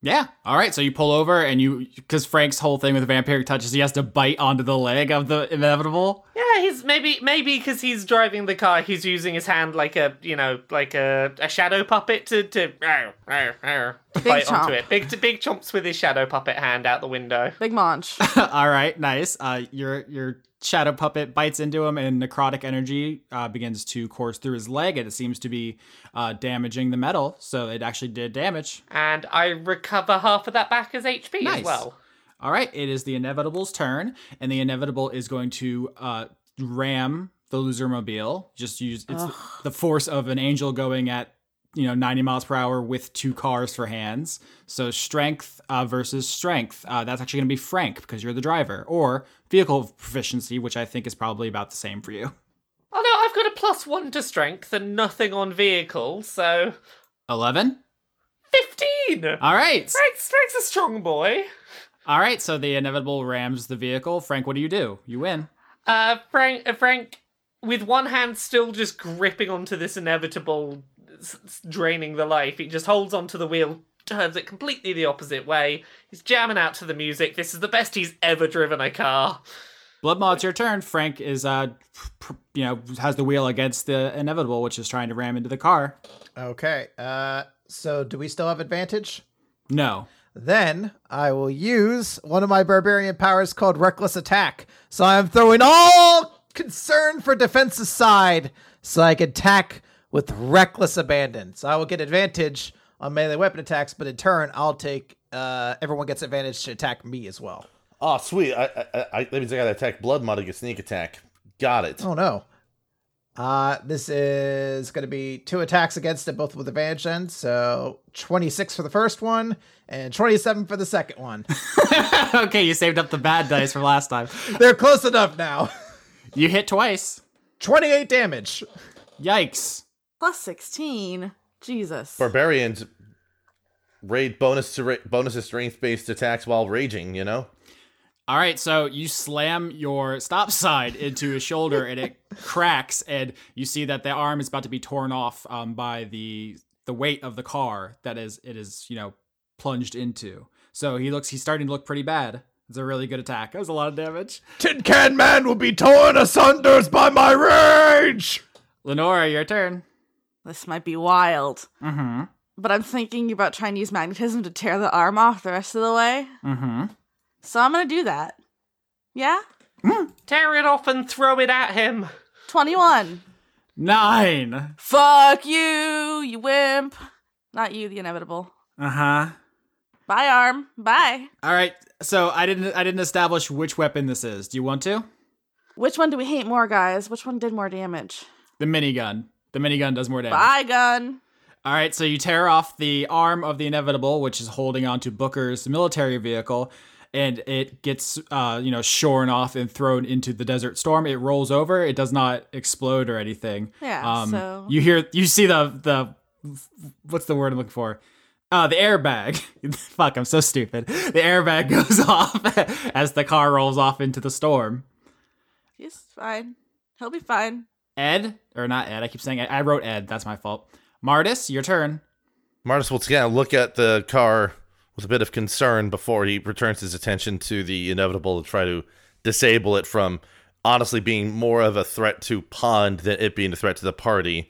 Yeah. All right, so you pull over and you cuz Frank's whole thing with vampiric touch is he has to bite onto the leg of the inevitable. Yeah, he's maybe maybe because he's driving the car, he's using his hand like a you know like a, a shadow puppet to to rawr, rawr, rawr, to Big bite onto chomp. it. Big big chomps with his shadow puppet hand out the window. Big munch. All right, nice. Uh your your shadow puppet bites into him and necrotic energy uh, begins to course through his leg and it seems to be uh damaging the metal, so it actually did damage. And I recover half of that back as HP Nice. as well. All right, it is the inevitable's turn, and the inevitable is going to uh, ram the loser mobile. Just use it's the, the force of an angel going at you know 90 miles per hour with two cars for hands. So strength uh, versus strength. Uh, that's actually going to be Frank because you're the driver, or vehicle proficiency, which I think is probably about the same for you. Oh no, I've got a plus one to strength and nothing on vehicle, so Eleven. fifteen. All right. Frank's, Frank's a strong boy. All right. So the inevitable rams the vehicle. Frank, what do you do? You win. Uh, Frank, uh, Frank with one hand still just gripping onto this inevitable s- s- draining the life, he just holds onto the wheel, turns it completely the opposite way. He's jamming out to the music. This is the best he's ever driven a car. Blood Maw, it's your turn. Frank is, uh, pr- you know, has the wheel against the inevitable, which is trying to ram into the car. Okay. Uh, so do we still have advantage? No. Then I will use one of my barbarian powers called Reckless Attack. So I'm throwing all concern for defense aside so I can attack with reckless abandon. So I will get advantage on melee weapon attacks, but in turn, I'll take uh, everyone gets advantage to attack me as well. Oh, sweet. I, I, I, I- that means I got to attack Blood Mud to get sneak attack. Got it. Oh no. Uh, this is going to be two attacks against it, both with advantage then. So 26 for the first one and 27 for the second one. okay, you saved up the bad dice from last time. They're close enough now. You hit twice. 28 damage. Yikes. Plus 16. Jesus. Barbarians raid bonus to ra- bonuses strength based attacks while raging. You know. All right, so you slam your stop sign into his shoulder and it cracks, and you see that the arm is about to be torn off um, by the the weight of the car that is it is you know plunged into. So he looks he's starting to look pretty bad. It's a really good attack. That was a lot of damage. Tin Can Man will be torn asunder by my rage. Lenora, your turn. This might be wild. Mm-hmm. But I'm thinking about trying to use magnetism to tear the arm off the rest of the way. Mm-hmm. So I'm going to do that. Yeah? Tear it off and throw it at him. 21. Nine. Fuck you, you wimp. Not you, the inevitable. Uh-huh. Bye, arm. Bye. All right. So I didn't I didn't establish which weapon this is. Do you want to? Which one do we hate more, guys? Which one did more damage? The minigun. The minigun does more damage. Bye, gun. All right, so you tear off the arm of the inevitable, which is holding onto Booker's military vehicle, and it gets uh, you know shorn off and thrown into the desert storm. It rolls over. It does not explode or anything. Yeah, so- Um, you hear you see the the what's the word I'm looking for. Uh, the airbag. Fuck, I'm so stupid. The airbag goes off as the car rolls off into the storm. He's fine. He'll be fine. Ed, or not Ed, I keep saying Ed. I wrote Ed. That's my fault. Martis, your turn. Martis will again look at the car with a bit of concern before he returns his attention to the inevitable to try to disable it from honestly being more of a threat to Pond than it being a threat to the party.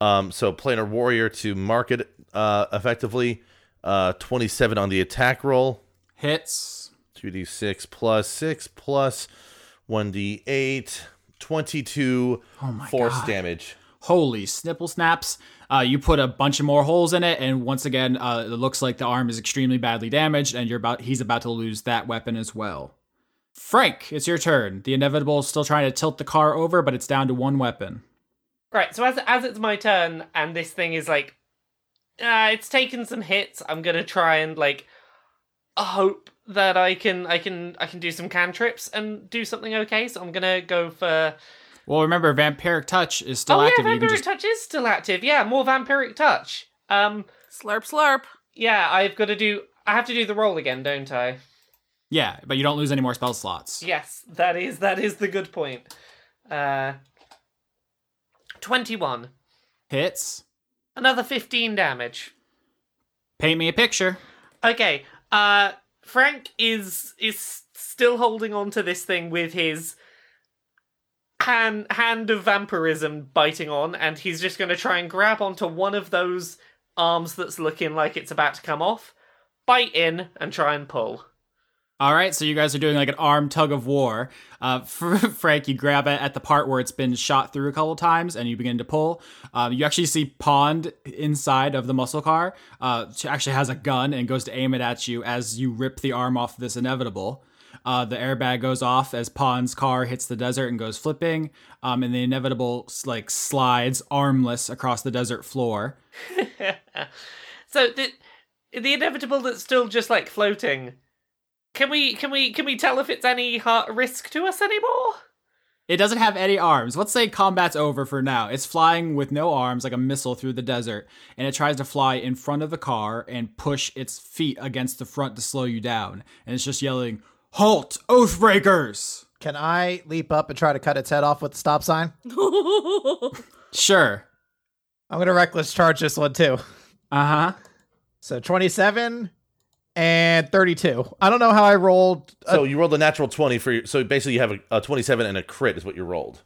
Um, so planar warrior to mark it uh, effectively. Uh, 27 on the attack roll. Hits. 2d6 plus 6 plus 1d8. 22 force damage. holy snipple snaps uh, you put a bunch of more holes in it and once again uh, it looks like the arm is extremely badly damaged and you're about he's about to lose that weapon as well frank it's your turn the inevitable is still trying to tilt the car over but it's down to one weapon Right, so as as it's my turn and this thing is like uh it's taken some hits, I'm gonna try and like hope that I can I can I can do some cantrips and do something okay. So I'm gonna go for well remember vampiric touch is still Oh active yeah, you can vampiric just touch is still active, yeah, more vampiric touch. Um Slurp, slurp. yeah, I've gotta do I have to do the roll again, don't I? yeah but you don't lose any more spell slots Yes, that is that is the good point. Uh twenty one. hits Another fifteen damage. paint me a picture Okay. Uh Frank is is still holding on to this thing with his hand hand of vampirism biting on and he's just going to try and grab onto one of those arms that's looking like it's about to come off, bite in and try and pull. All right, so you guys are doing like an arm tug of war. Uh, Frank, you grab it at the part where it's been shot through a couple times, and you begin to pull. Um, you actually see Pond inside of the muscle car. Uh, she actually has a gun and goes to aim it at you as you rip the arm off this inevitable. Uh, the airbag goes off as Pond's car hits the desert and goes flipping, um, and the inevitable like slides armless across the desert floor. so the the inevitable that's still just like floating. Can we can we can we tell if it's any ha- risk to us anymore? It doesn't have any arms. Let's say combat's over for now. It's flying with no arms like a missile through the desert, and it tries to fly in front of the car and push its feet against the front to slow you down. And it's just yelling, Halt, Oathbreakers! Can I leap up and try to cut its head off with the stop sign? Sure. I'm gonna reckless charge this one too. Uh huh. So 27 and 32. I don't know how I rolled. Uh, So you rolled a natural twenty for your, so basically you have a, a twenty-seven and a crit is what you rolled.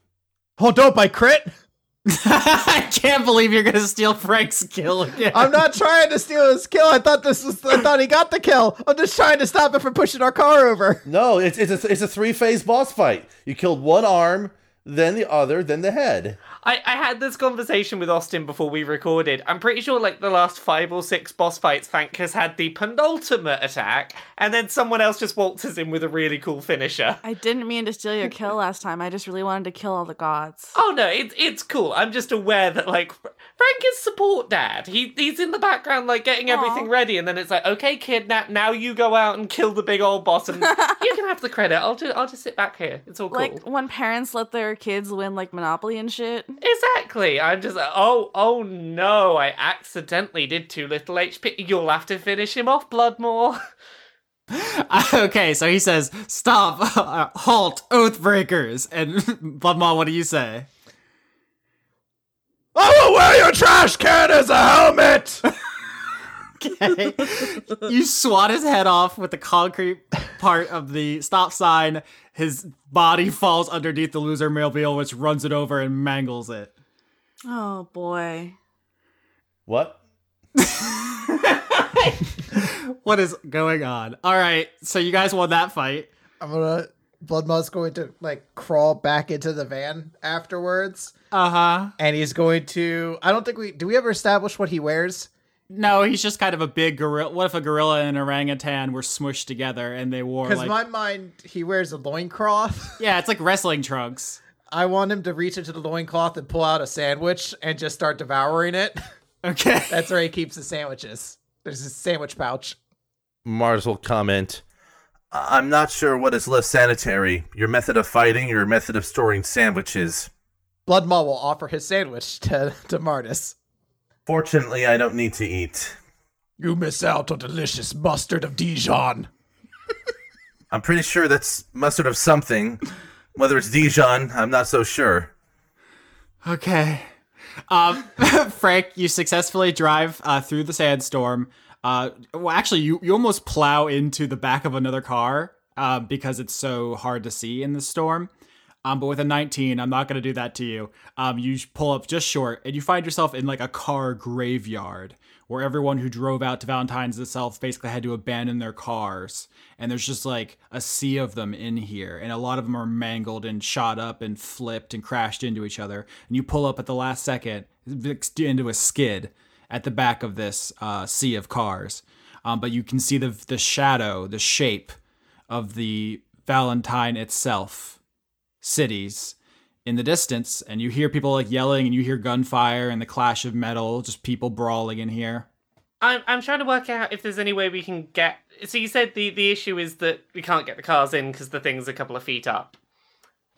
oh, dope! I crit. I can't believe you're gonna steal Frank's kill again. I'm not trying to steal his kill. I thought this was. I thought he got the kill. I'm just trying to stop him from pushing our car over. No, it's it's a, it's a three-phase boss fight. You killed one arm, then the other, then the head. I, I had this conversation with Austin before we recorded. I'm pretty sure like the last five or six boss fights, Thank has had the penultimate attack, and then someone else just waltzes in with a really cool finisher. I didn't mean to steal your kill last time. I just really wanted to kill all the gods. Oh no, it, it's cool. I'm just aware that like Fr- Frank is support dad. He he's in the background like getting everything Aw. ready, and then it's like, okay, kid, now, now you go out and kill the big old boss, and you can have the credit. I'll just I'll just sit back here. It's all cool. Like when parents let their kids win like Monopoly and shit. Exactly. I'm just like, oh, oh no, I accidentally did too little HP. You'll have to finish him off, Bloodmore. Uh, okay, so he says, "Stop, uh, halt, Oathbreakers!" And Bloodmaw, what do you say? I will wear your trash can as a helmet! Okay. you swat his head off with the concrete part of the stop sign. His body falls underneath the loser mobile, which runs it over and mangles it. Oh boy. What? What is going on? All right, so you guys won that fight. I'm gonna. Bloodmaw's going to like crawl back into the van afterwards, Uh huh. and he's going to. I don't think we. Do we ever establish what he wears? No, he's just kind of a big gorilla. What if a gorilla and an orangutan were smushed together and they wore Because like my mind, he wears a loincloth. yeah, it's like wrestling trunks. I want him to reach into the loincloth and pull out a sandwich and just start devouring it. Okay. That's where he keeps his sandwiches. There's his sandwich pouch. Mars will comment. I- I'm not sure what is less sanitary your method of fighting or your method of storing sandwiches. Blood Maw will offer his sandwich to, to Martis. Fortunately, I don't need to eat. You miss out on delicious mustard of Dijon. I'm pretty sure that's mustard of something. Whether it's Dijon, I'm not so sure. Okay. Um, Frank, you successfully drive uh, through the sandstorm. Uh, well, actually, you, you almost plow into the back of another car uh, because it's so hard to see in the storm. Um, but with a 19, I'm not going to do that to you. Um, you sh- pull up just short and you find yourself in like a car graveyard where everyone who drove out to Valentine's itself basically had to abandon their cars. And there's just like a sea of them in here. And a lot of them are mangled and shot up and flipped and crashed into each other. And you pull up at the last second into a skid at the back of this uh, sea of cars. Um, but you can see the, the shadow, the shape of the Valentine itself cities in the distance and you hear people like yelling and you hear gunfire and the clash of metal just people brawling in here I'm I'm trying to work out if there's any way we can get. So you said the the issue is that we can't get the cars in because the thing's a couple of feet up.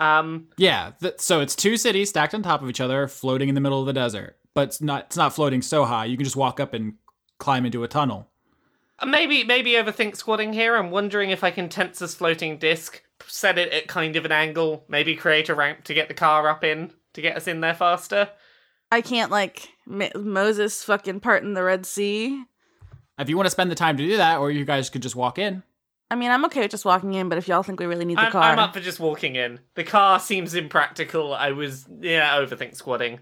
Um, yeah th- so it's two cities stacked on top of each other floating in the middle of the desert but it's not it's not floating so high you can just walk up and climb into a tunnel maybe maybe overthink squatting here. I'm wondering if I can tense this floating disc, set it at kind of an angle, maybe create a ramp to get the car up in to get us in there faster. I can't like M- Moses fucking parting the Red Sea. if you want to spend the time to do that or you guys could just walk in I mean, I'm okay with just walking in, but if y'all think we really need the I'm, car, I'm up for just walking in. The car seems impractical. I was yeah overthink squatting.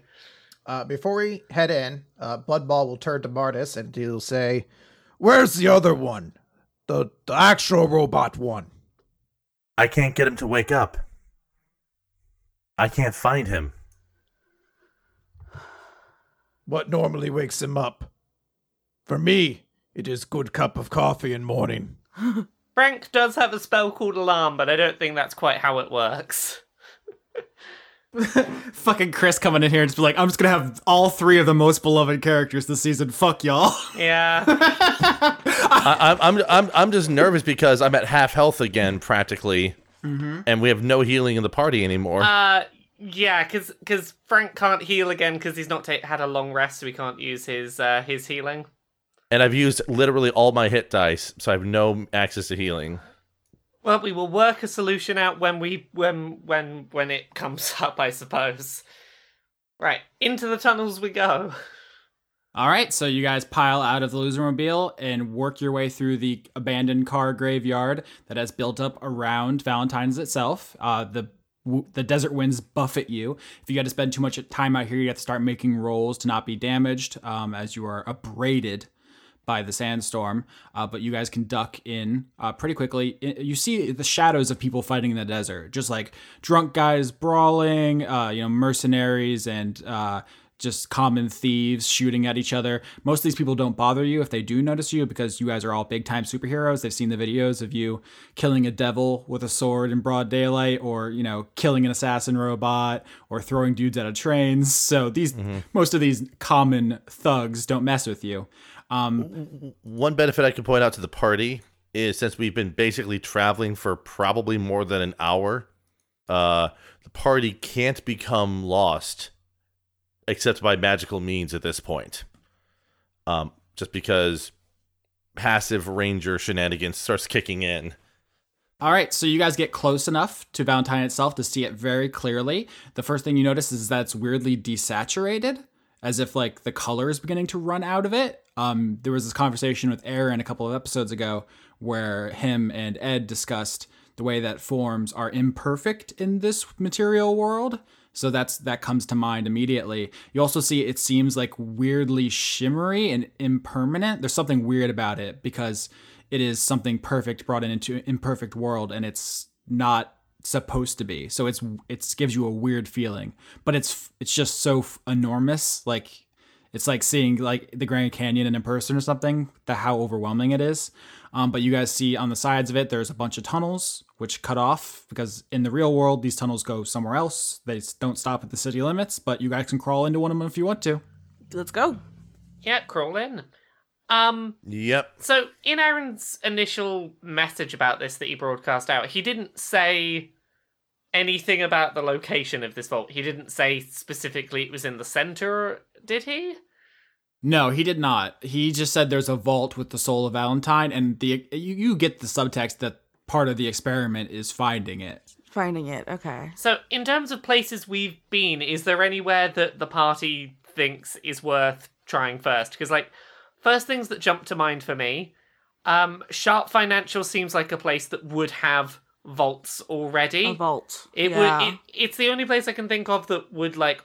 Uh, before we head in, uh, Blood Maw will turn to Martis and he'll say, Where's the other one? The, the actual robot one. I can't get him to wake up. I can't find him. What normally wakes him up? For me, it is good cup of coffee in morning. Frank does have a spell called Alarm, but I don't think that's quite how it works. fucking chris coming in here and just be like i'm just gonna have all three of the most beloved characters this season fuck y'all Yeah. I, I'm I'm I'm I'm just nervous because I'm at half health again practically, and we have no healing in the party anymore. uh, yeah, because Frank can't heal again because he's not ta- had a long rest, so he can't use his uh, his healing. and I've used literally all my hit dice, so I have no access to healing. Well, we will work a solution out when we when when when it comes up, I suppose. Right, into the tunnels we go. All right, so you guys pile out of the Losermobile and work your way through the abandoned car graveyard that has built up around Valentine's itself. Uh, the w- the desert winds buffet you. If you got to spend too much time out here, you have to start making rolls to not be damaged, um, as you are abraded by the sandstorm. Uh, but you guys can duck in uh, pretty quickly. I- You see the shadows of people fighting in the desert, just like drunk guys brawling, uh, you know, mercenaries and uh, just common thieves shooting at each other. Most of these people don't bother you if they do notice you because you guys are all big time superheroes. They've seen the videos of you killing a devil with a sword in broad daylight or, you know, killing an assassin robot or throwing dudes out of trains. So these most of these common thugs don't mess with you. Um, One benefit I can point out to the party is since we've been basically traveling for probably more than an hour, uh, the party can't become lost except by magical means at this point. Um, just because passive ranger shenanigans starts kicking in. All right, so you guys get close enough to Valentine itself to see it very clearly. The first thing you notice is that it's weirdly desaturated, as if like the color is beginning to run out of it. Um, there was this conversation with Aaron a couple of episodes ago where him and Ed discussed the way that forms are imperfect in this material world. So that's that comes to mind immediately. You also see it seems like weirdly shimmery and impermanent. There's something weird about it because it is something perfect brought in into an imperfect world and it's not supposed to be. So it's it's gives you a weird feeling, but it's it's just so f- enormous like it's like seeing like the Grand Canyon in person or something. The how overwhelming it is. Um, but you guys see on the sides of it, there's a bunch of tunnels which cut off because in the real world, these tunnels go somewhere else. They s- don't stop at the city limits, but you guys can crawl into one of them if you want to. Let's go. Yeah, crawl in. Um, Yep. So, in Aaron's initial message about this that he broadcast out, he didn't say anything about the location of this vault. He didn't say specifically it was in the center, did he? No, he did not. He just said there's a vault with the soul of Valentine, and the you, you get the subtext that part of the experiment is finding it. Finding it. Okay. So, in terms of places we've been, is there anywhere that the party thinks is worth trying first? Because, like, first things that jump to mind for me, um, Sharp Financial seems like a place that would have vaults already. A vault. It yeah. would. It, it's the only place I can think of that would like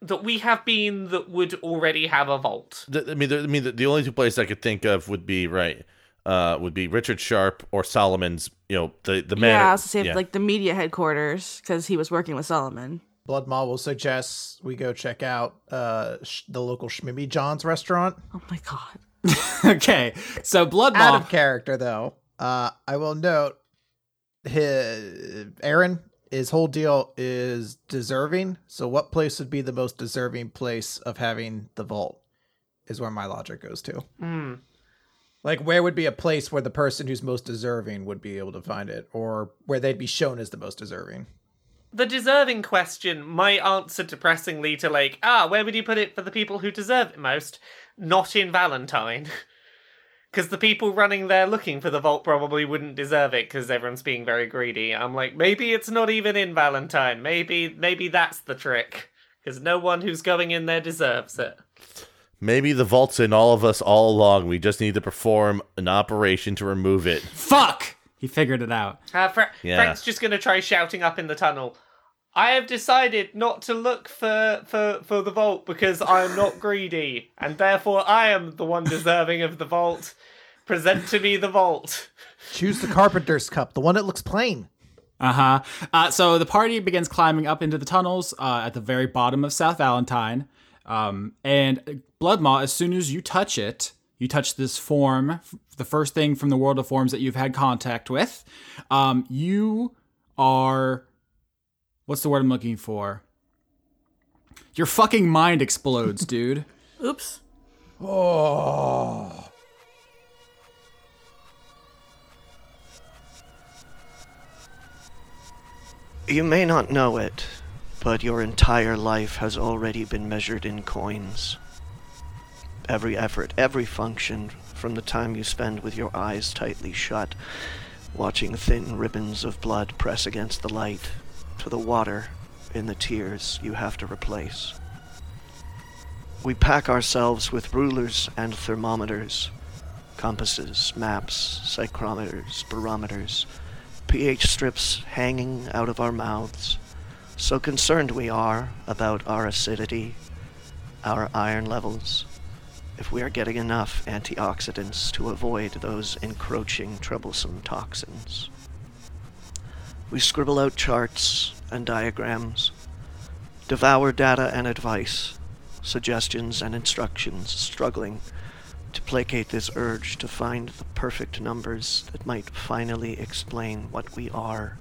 that we have been that would already have a vault. The, I mean, the, I mean, the, the only two places I could think of would be right, uh, would be Richard Sharp or Solomon's. You know, the the man. yeah, I also saved yeah. like the media headquarters because he was working with Solomon. Blood Maw will suggest we go check out uh, sh- the local Shmimmy John's restaurant. Oh my god. okay, so Blood Out Law. of character, though, uh, I will note his, Aaron, his whole deal is deserving. So, what place would be the most deserving place of having the vault? Is where my logic goes to. Hmm. Like, where would be a place where the person who's most deserving would be able to find it, or where they'd be shown as the most deserving? The deserving question, my answer depressingly to like, ah, where would you put it for the people who deserve it most? Not in Valentine. Because the people running there looking for the vault probably wouldn't deserve it because everyone's being very greedy. I'm like, maybe it's not even in Valentine. Maybe, maybe that's the trick. Because no one who's going in there deserves it. Maybe the vault's in all of us all along. We just need to perform an operation to remove it. Fuck! He figured it out. Uh, Fra- Yeah. Frank's just going to try shouting up in the tunnel. I have decided not to look for, for, for the vault because I am not greedy, and therefore I am the one deserving of the vault. Present to me the vault. Choose the carpenter's cup, the one that looks plain. Uh-huh. Uh So the party begins climbing up into the tunnels uh, at the very bottom of South Valentine. Um, and Blood Maw, as soon as you touch it, you touch this form, f- the first thing from the world of forms that you've had contact with. Um, you are. What's the word I'm looking for? Your fucking mind explodes, dude. Oops. Oh. You may not know it, but your entire life has already been measured in coins. Every effort, every function, from the time you spend with your eyes tightly shut, watching thin ribbons of blood press against the light to the water in the tears you have to replace. We pack ourselves with rulers and thermometers, compasses, maps, psychrometers, barometers, pH strips hanging out of our mouths. So concerned we are about our acidity, our iron levels, if we are getting enough antioxidants to avoid those encroaching troublesome toxins. We scribble out charts and diagrams, devour data and advice, suggestions and instructions, struggling to placate this urge to find the perfect numbers that might finally explain what we are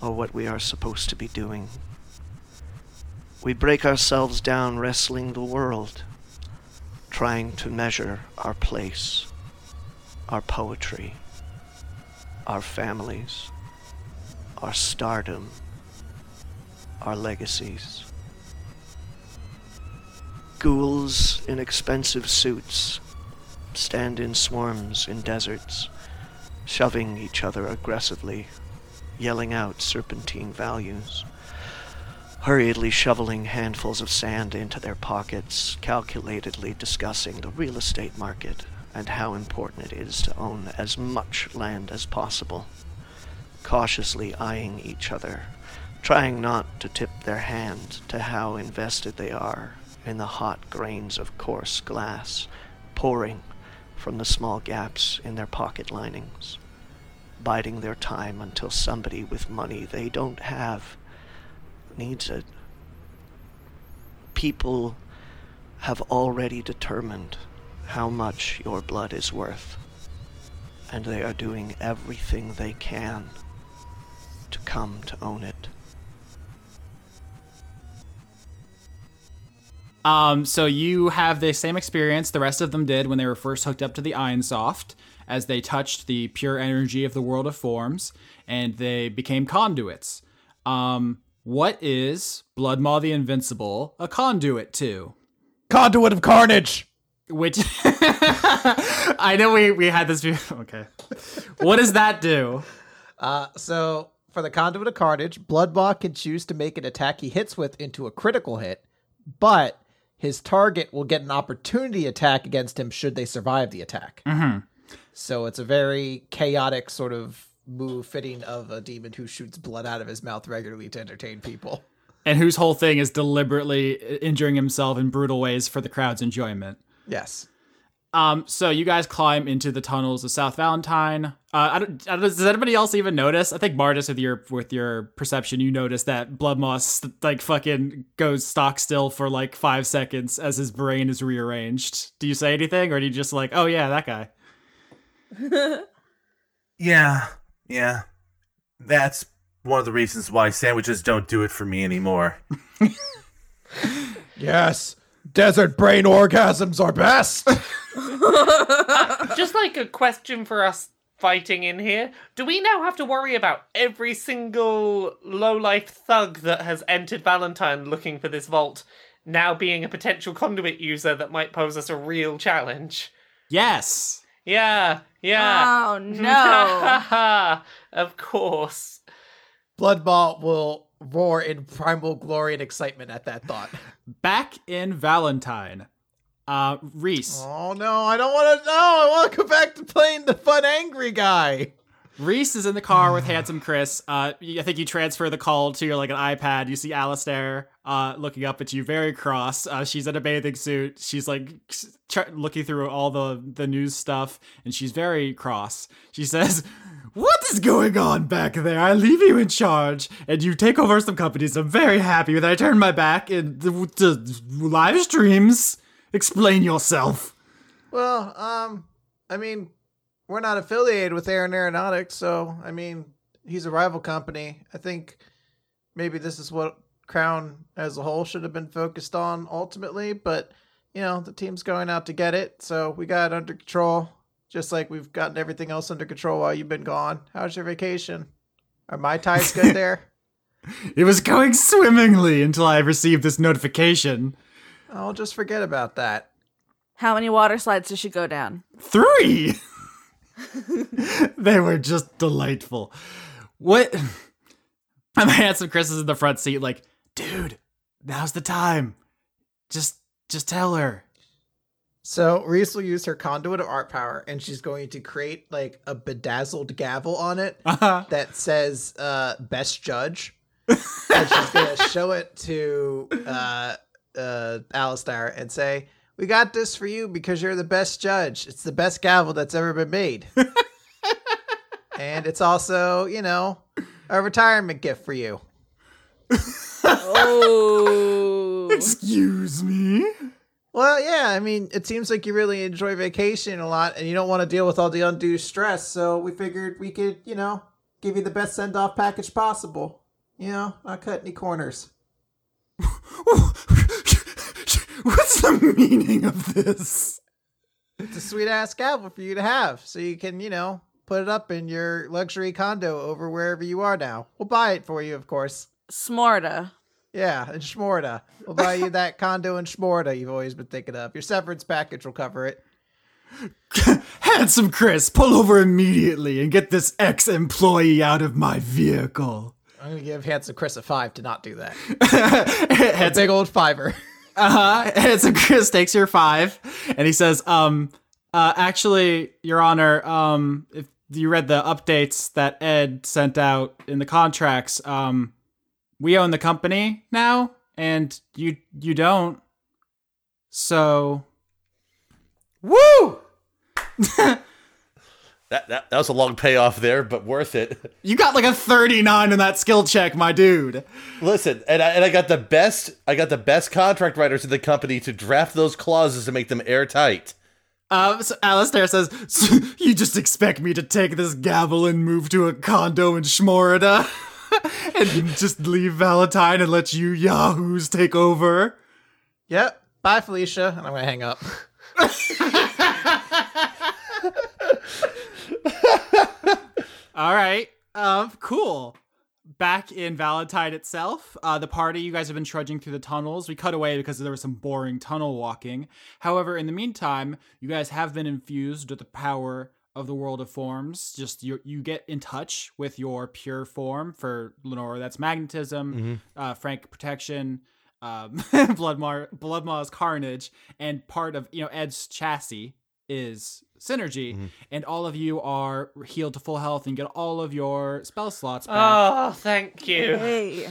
or what we are supposed to be doing. We break ourselves down wrestling the world, trying to measure our place, our poetry, our families, our stardom, our legacies. Ghouls in expensive suits stand in swarms in deserts, shoving each other aggressively, yelling out serpentine values, hurriedly shoveling handfuls of sand into their pockets, calculatedly discussing the real estate market and how important it is to own as much land as possible, cautiously eyeing each other, trying not to tip their hand to how invested they are in the hot grains of coarse glass pouring from the small gaps in their pocket linings, biding their time until somebody with money they don't have needs it. People have already determined how much your blood is worth, and they are doing everything they can to come to own it. Um, so you have the same experience the rest of them did when they were first hooked up to the Ironsoft, as they touched the pure energy of the world of forms, and they became conduits. Um, what is Bloodmaw the Invincible a conduit to? Conduit of Carnage. Which I know we we had this. be- Okay, what does that do? Uh, so for the conduit of carnage, Bloodbach can choose to make an attack he hits with into a critical hit, but his target will get an opportunity attack against him should they survive the attack. Mhm. So it's a very chaotic sort of move fitting of a demon who shoots blood out of his mouth regularly to entertain people. And whose whole thing is deliberately injuring himself in brutal ways for the crowd's enjoyment. Yes. Um, so you guys climb into the tunnels of South Valentine. Uh, I don't, I don't, does anybody else even notice? I think Martis, with your with your perception, you notice that Bloodmoss like fucking goes stock still for like five seconds as his brain is rearranged. Do you say anything, or do you just like, oh yeah, that guy? Yeah, yeah. That's one of the reasons why sandwiches don't do it for me anymore. Yes. Desert brain orgasms are best. Just like a question for us fighting in here. Do we now have to worry about every single low-life thug that has entered Valentine looking for this vault now being a potential conduit user that might pose us a real challenge? Yes. Yeah, yeah. Oh no. of course. Bloodball will roar in primal glory and excitement at that thought. Back in Valentine, uh, Reese. Oh no, I don't want to. No, I want to go back to playing the fun angry guy. Reese is in the car with handsome Chris. Uh, I think you transfer the call to your like an iPad. You see Alistair uh, looking up at you, very cross. Uh, she's in a bathing suit. She's like tr- looking through all the the news stuff, and she's very cross. She says, "What is going on back there? I leave you in charge, and you take over some companies. I'm very happy that I turned my back and the, the live streams. Explain yourself." Well, um, I mean, we're not affiliated with Aaron Aeronautics, so I mean, he's a rival company. I think maybe this is what Crown as a whole should have been focused on ultimately, but you know, the team's going out to get it, so we got it under control. Just like we've gotten everything else under control while you've been gone. How's your vacation? Are my ties good there? It was going swimmingly until I received this notification. I'll just forget about that. How many water slides does she go down? Three. they were just delightful. What? And my handsome Chris is in the front seat, like, dude, now's the time. Just, just tell her. So Reese will use her conduit of art power, and she's going to create like a bedazzled gavel on it Uh-huh. that says uh, "Best Judge," and she's going to show it to uh, uh, Alistair and say, "We got this for you because you're the best judge. It's the best gavel that's ever been made, and it's also, you know, a retirement gift for you." Oh. Excuse me. Well, yeah, I mean, it seems like you really enjoy vacation a lot and you don't want to deal with all the undue stress, so we figured we could, you know, give you the best send off package possible. You know, not cut any corners. What's the meaning of this? It's a sweet ass gavel for you to have, so you can, you know, put it up in your luxury condo over wherever you are now. We'll buy it for you, of course. Smorta. Yeah, in Shmorda. We'll buy you that condo in Shmorda you've always been thinking of. Your severance package will cover it. Handsome Chris, pull over immediately and get this ex employee out of my vehicle. I'm gonna give Handsome Chris a five to not do that. A Handsome big old fiver. Uh-huh. And so Chris takes your five, and he says, um, uh, actually, Your Honor, um, if you read the updates that Ed sent out in the contracts, um, we own the company now, and you you don't. So Woo! That, that that was a long payoff there, but worth it. you got like a thirty nine in that skill check, my dude. Listen, and I, and I got the best I got the best contract writers in the company to draft those clauses to make them airtight. Um, so Alistair says, "So "You just expect me to take this gavel and move to a condo in Shmorida, and just leave Valentine and let you yahoos take over." Yep. Bye, Felicia. And I'm going to hang up. All right. Um, cool. Back in Valentine itself, uh, the party, you guys have been trudging through the tunnels. We cut away because there was some boring tunnel walking. However, in the meantime, you guys have been infused with the power of the world of forms. Just you, you get in touch with your pure form. For Lenora, that's magnetism. Uh, Frank, protection. Um, Bloodmar, Bloodmaw's carnage, and part of you know Ed's chassis is synergy, and all of you are healed to full health and get all of your spell slots back. Oh, thank you. Hey.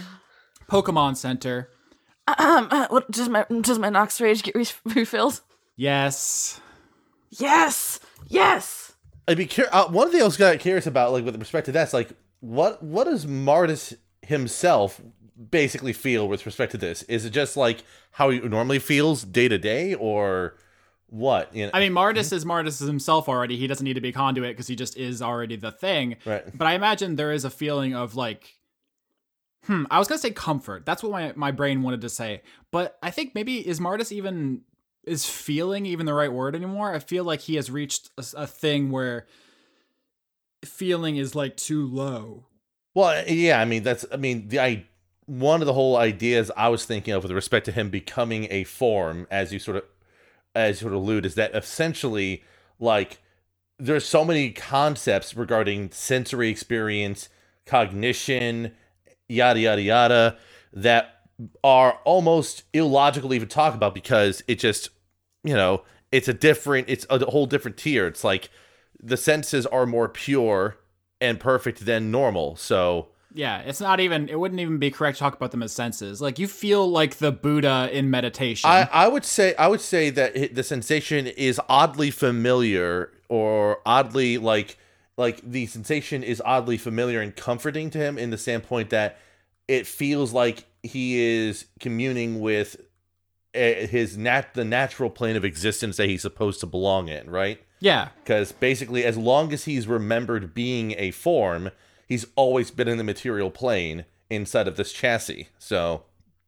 Pokemon Center. Um, uh, what, does my does my Nox Rage get re- refilled? Yes. Yes. Yes. I'd be cur- uh, one thing I was kind of curious about, like with respect to that's like what what does Martis himself basically feel with respect to this? Is it just like how he normally feels day to day, or what? You know, I mean, Martis is Martis is himself already. He doesn't need to be conduit because he just is already the thing. right? But I imagine there is a feeling of like, hmm, I was going to say comfort. That's what my, my brain wanted to say. But I think maybe is Martis even, is feeling even the right word anymore? I feel like he has reached a, s- a thing where feeling is like too low. Well, uh, yeah, I mean that's I mean the I one of the whole ideas I was thinking of with respect to him becoming a form, as you sort of as you sort of allude, is that essentially like there's so many concepts regarding sensory experience, cognition, yada yada yada, that are almost illogical to even talk about because it just you know it's a different it's a whole different tier. It's like the senses are more pure and perfect than normal, so. Yeah, it's not even, it wouldn't even be correct to talk about them as senses. Like you feel like the Buddha in meditation. I, I would say I would say that it, the sensation is oddly familiar or oddly like like the sensation is oddly familiar and comforting to him in the standpoint that it feels like he is communing with eh, his nat the natural plane of existence that he's supposed to belong in, right? yeah. Because basically, as long as he's remembered being a form, he's always been in the material plane inside of this chassis. So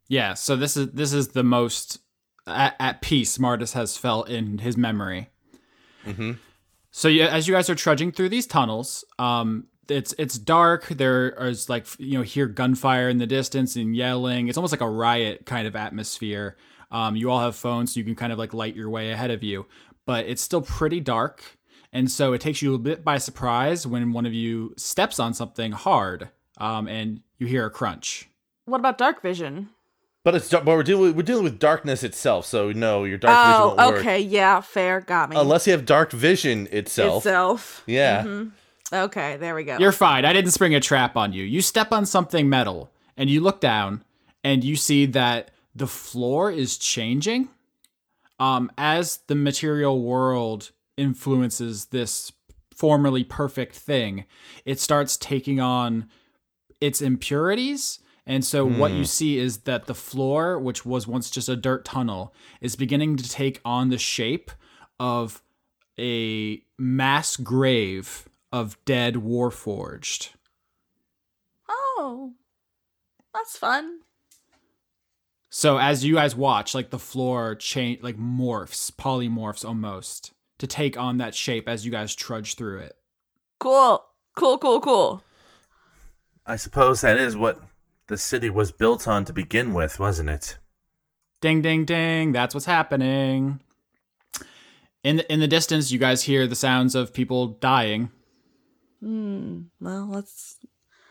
Yeah, so this is this is the most at, at peace Martis has felt in his memory. Mhm. So yeah, as you guys are trudging through these tunnels, um, it's it's dark. There is like you know hear gunfire in the distance and yelling. It's almost like a riot kind of atmosphere. Um, you all have phones, so you can kind of like light your way ahead of you, but it's still pretty dark. And so it takes you a bit by surprise when one of you steps on something hard um, and you hear a crunch. What about dark vision? But it's dar- but we're dealing we're dealing with darkness itself, so no, your dark Oh, vision won't work. okay, yeah, fair, got me. Unless you have dark vision itself. itself. Yeah. Mhm. Okay, there we go. You're fine. I didn't spring a trap on you. You step on something metal and you look down and you see that the floor is changing um, as the material world influences this formerly perfect thing. It starts taking on its impurities. And so, what you see is that the floor, which was once just a dirt tunnel, is beginning to take on the shape of a mass grave of dead warforged. oh, that's fun. So as you guys watch, like the floor change, like morphs, polymorphs almost to take on that shape as you guys trudge through it. Cool, cool, cool, cool. I suppose that is what the city was built on to begin with, wasn't it? Ding, ding, ding! That's what's happening. In the, in the distance, you guys hear the sounds of people dying. Hmm. Well, let's.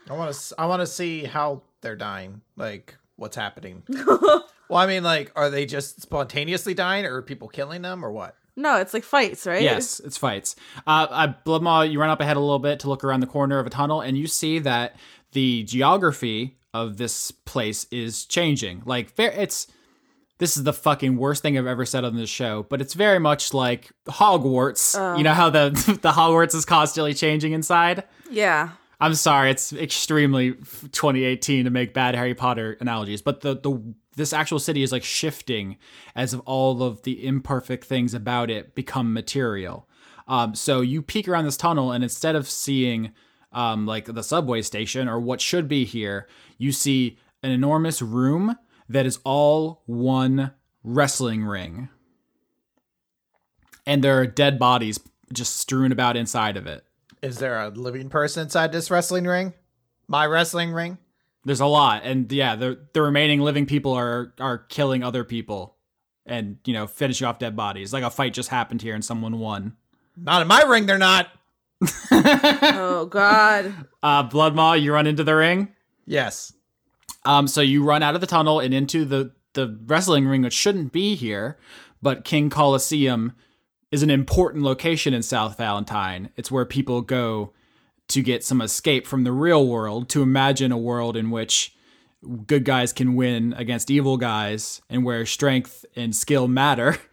I want to. I want to see how they're dying. Like what's happening. well, I mean, like, are they just spontaneously dying, or are people killing them, or what? No, it's like fights, right? Yes, it's fights. Uh, uh, Bloodmaw, you run up ahead a little bit to look around the corner of a tunnel, and you see that the geography of this place is changing. Like, fair, it's this is the fucking worst thing I've ever said on this show, but it's very much like Hogwarts. You know how the the Hogwarts is constantly changing inside. Yeah. I'm sorry, it's extremely 2018 to make bad Harry Potter analogies, but the the this actual city is like shifting as of all of the imperfect things about it become material. Um, so you peek around this tunnel, and instead of seeing um, like the subway station or what should be here, you see an enormous room that is all one wrestling ring, and there are dead bodies just strewn about inside of it. Is there a living person inside this wrestling ring? My wrestling ring. There's a lot, and yeah, the the remaining living people are are killing other people, and you know finishing off dead bodies. Like a fight just happened here, and someone won. Not in my ring. They're not. Oh God. Uh, Blood Maw, you run into the ring. Yes. Um, so you run out of the tunnel and into the the wrestling ring, which shouldn't be here, but King Coliseum is an important location in South Valentine. It's where people go to get some escape from the real world, to imagine a world in which good guys can win against evil guys, and where strength and skill matter.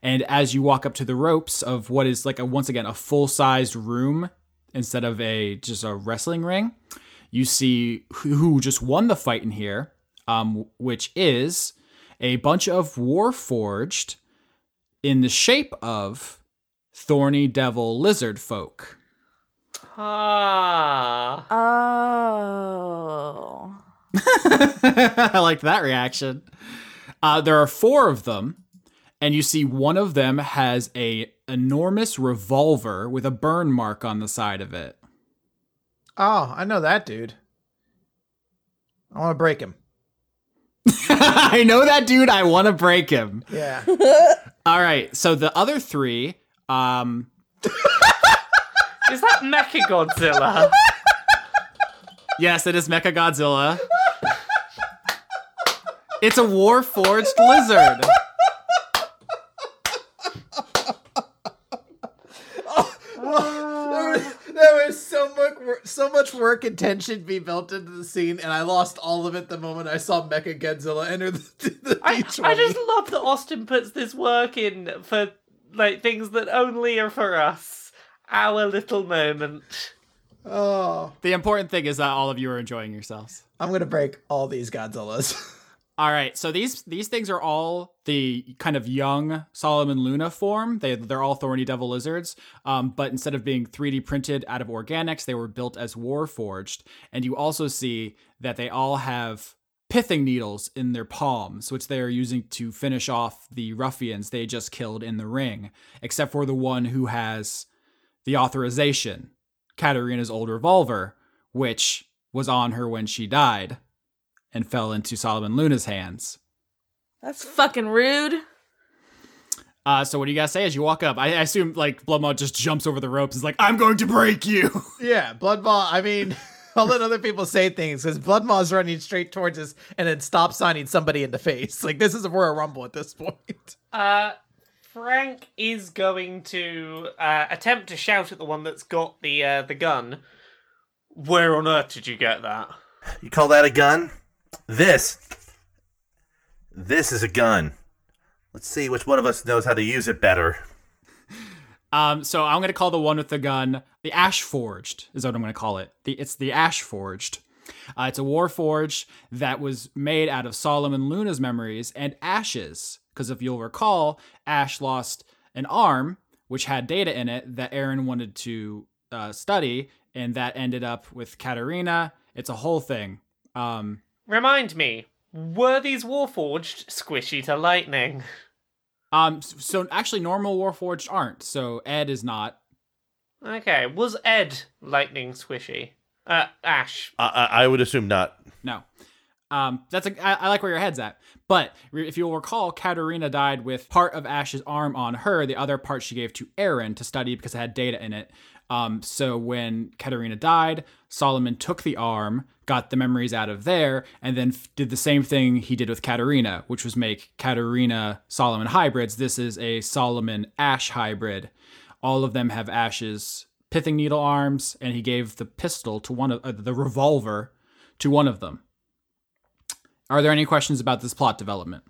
And as you walk up to the ropes of what is like a once again a full sized room instead of a just a wrestling ring, you see who who just won the fight in here, um, which is a bunch of Warforged in the shape of thorny devil lizard folk. Ah. Oh. I liked that reaction. Uh, there are four of them, and you see one of them has a enormous revolver with a burn mark on the side of it. Oh, I know that dude. I want to break him. I know that dude. I want to break him. Yeah. All right. So the other three, um, Is that Mecha Godzilla? Yes, it is Mecha Godzilla. it's a war forged lizard. there, was, there was so much wor- so much work and tension be built into the scene, and I lost all of it the moment I saw Mecha Godzilla enter the, the I, D20. I just love that Austin puts this work in for like things that only are for us. Our little moment. oh, The important thing is that all of you are enjoying yourselves. I'm gonna break all these Godzillas. All right, so these these things are all the kind of young Solomon Luna form. They they're all thorny devil lizards, um, but instead of being 3D printed out of organics, they were built as war forged. And you also see that they all have pithing needles in their palms, which they are using to finish off the ruffians they just killed in the ring, except for the one who has the authorization, Katarina's old revolver, which was on her when she died and fell into Solomon Luna's hands. That's fucking rude. Uh, so what do you guys say as you walk up? I, I assume like Bloodmouth just jumps over the ropes. Is like, I'm going to break you. Yeah, Blood Maw. I mean, I'll let other people say things because Blood Maw's running straight towards us and then stop signing somebody in the face. Like this is a Royal Rumble at this point. Uh, Frank is going to uh, attempt to shout at the one that's got the uh, the gun. Where on earth did you get that? You call that a gun? This. This is a gun. Let's see which one of us knows how to use it better. Um, so I'm gonna call the one with the gun the Ash Forged is what I'm gonna call it. The it's the Ash Forged. Uh, it's a war forge that was made out of Solomon Luna's memories and ashes. Because if you'll recall, Ash lost an arm which had data in it that Aaron wanted to uh, study, and that ended up with Katarina. It's a whole thing. Um, Remind me, were these warforged squishy to lightning? um, s- so actually, normal war forged aren't. So Ed is not. Okay, was Ed lightning squishy? Uh, Ash. I, I, I would assume not. No. Um, that's a, I, I like where your head's at. But re- if you'll recall, Katarina died with part of Ash's arm on her, the other part she gave to Aaron to study because it had data in it. Um, so when Katarina died, Solomon took the arm, got the memories out of there, and then f- did the same thing he did with Katarina, which was make Katarina Solomon hybrids. This is a Solomon Ash hybrid. All of them have Ash's pithing needle arms, and he gave the pistol to one of uh, the revolver to one of them. Are there any questions about this plot development?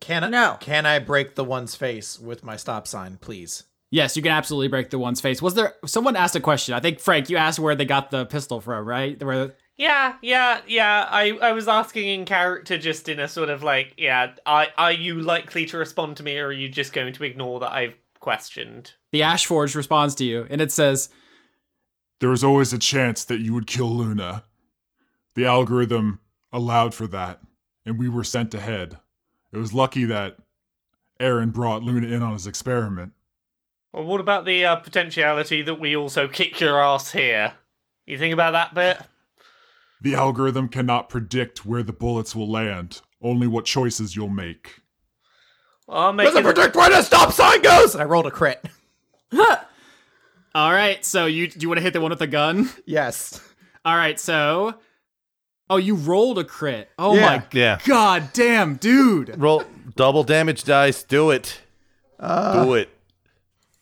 Can I? No. Can I break the one's face with my stop sign, please? Yes, you can absolutely break the one's face. Was there someone asked a question? I think Frank, you asked where they got the pistol from, right? Where Yeah, yeah, yeah. I, I was asking in character just in a sort of like, yeah, are, are you likely to respond to me or are you just going to ignore that I've questioned? the Ash Forge responds to you, and it says, There was always a chance that you would kill Luna. The algorithm allowed for that, and we were sent ahead. It was lucky that Aaron brought Luna in on his experiment. Well, what about the uh, potentiality that we also kick your ass here? You think about that bit? The algorithm cannot predict where the bullets will land, Oh, only what choices you'll make. Well, I'll make it- where the stop sign goes? And I rolled a crit. "All right, so you do you want to hit the one with the gun? Yes. All right, so oh, you rolled a crit. Oh Yeah. my Yeah. god, damn, dude! Roll double damage dice. Do it. Ah. do it.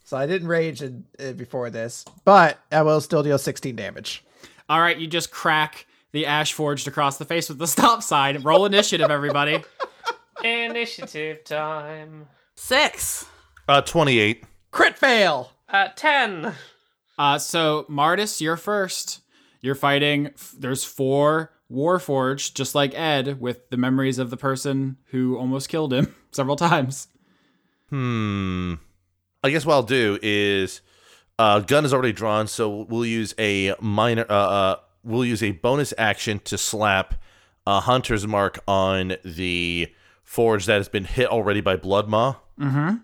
So I didn't rage in, uh, before this, but I will still deal 16 damage. All right, you just crack the Ash Forged across the face with the stop sign. Roll initiative, everybody. Initiative time. Six. Uh, twenty-eight. Crit fail. Uh, ten. Uh, so Martis, you're first. You're fighting. f- There's four Warforged, just like Ed, with the memories of the person who almost killed him several times. Hmm. I guess what I'll do is, uh, gun is already drawn, so we'll use a minor. Uh, uh we'll use a bonus action to slap a hunter's mark on the forge that has been hit already by blood maw. Mm-hmm.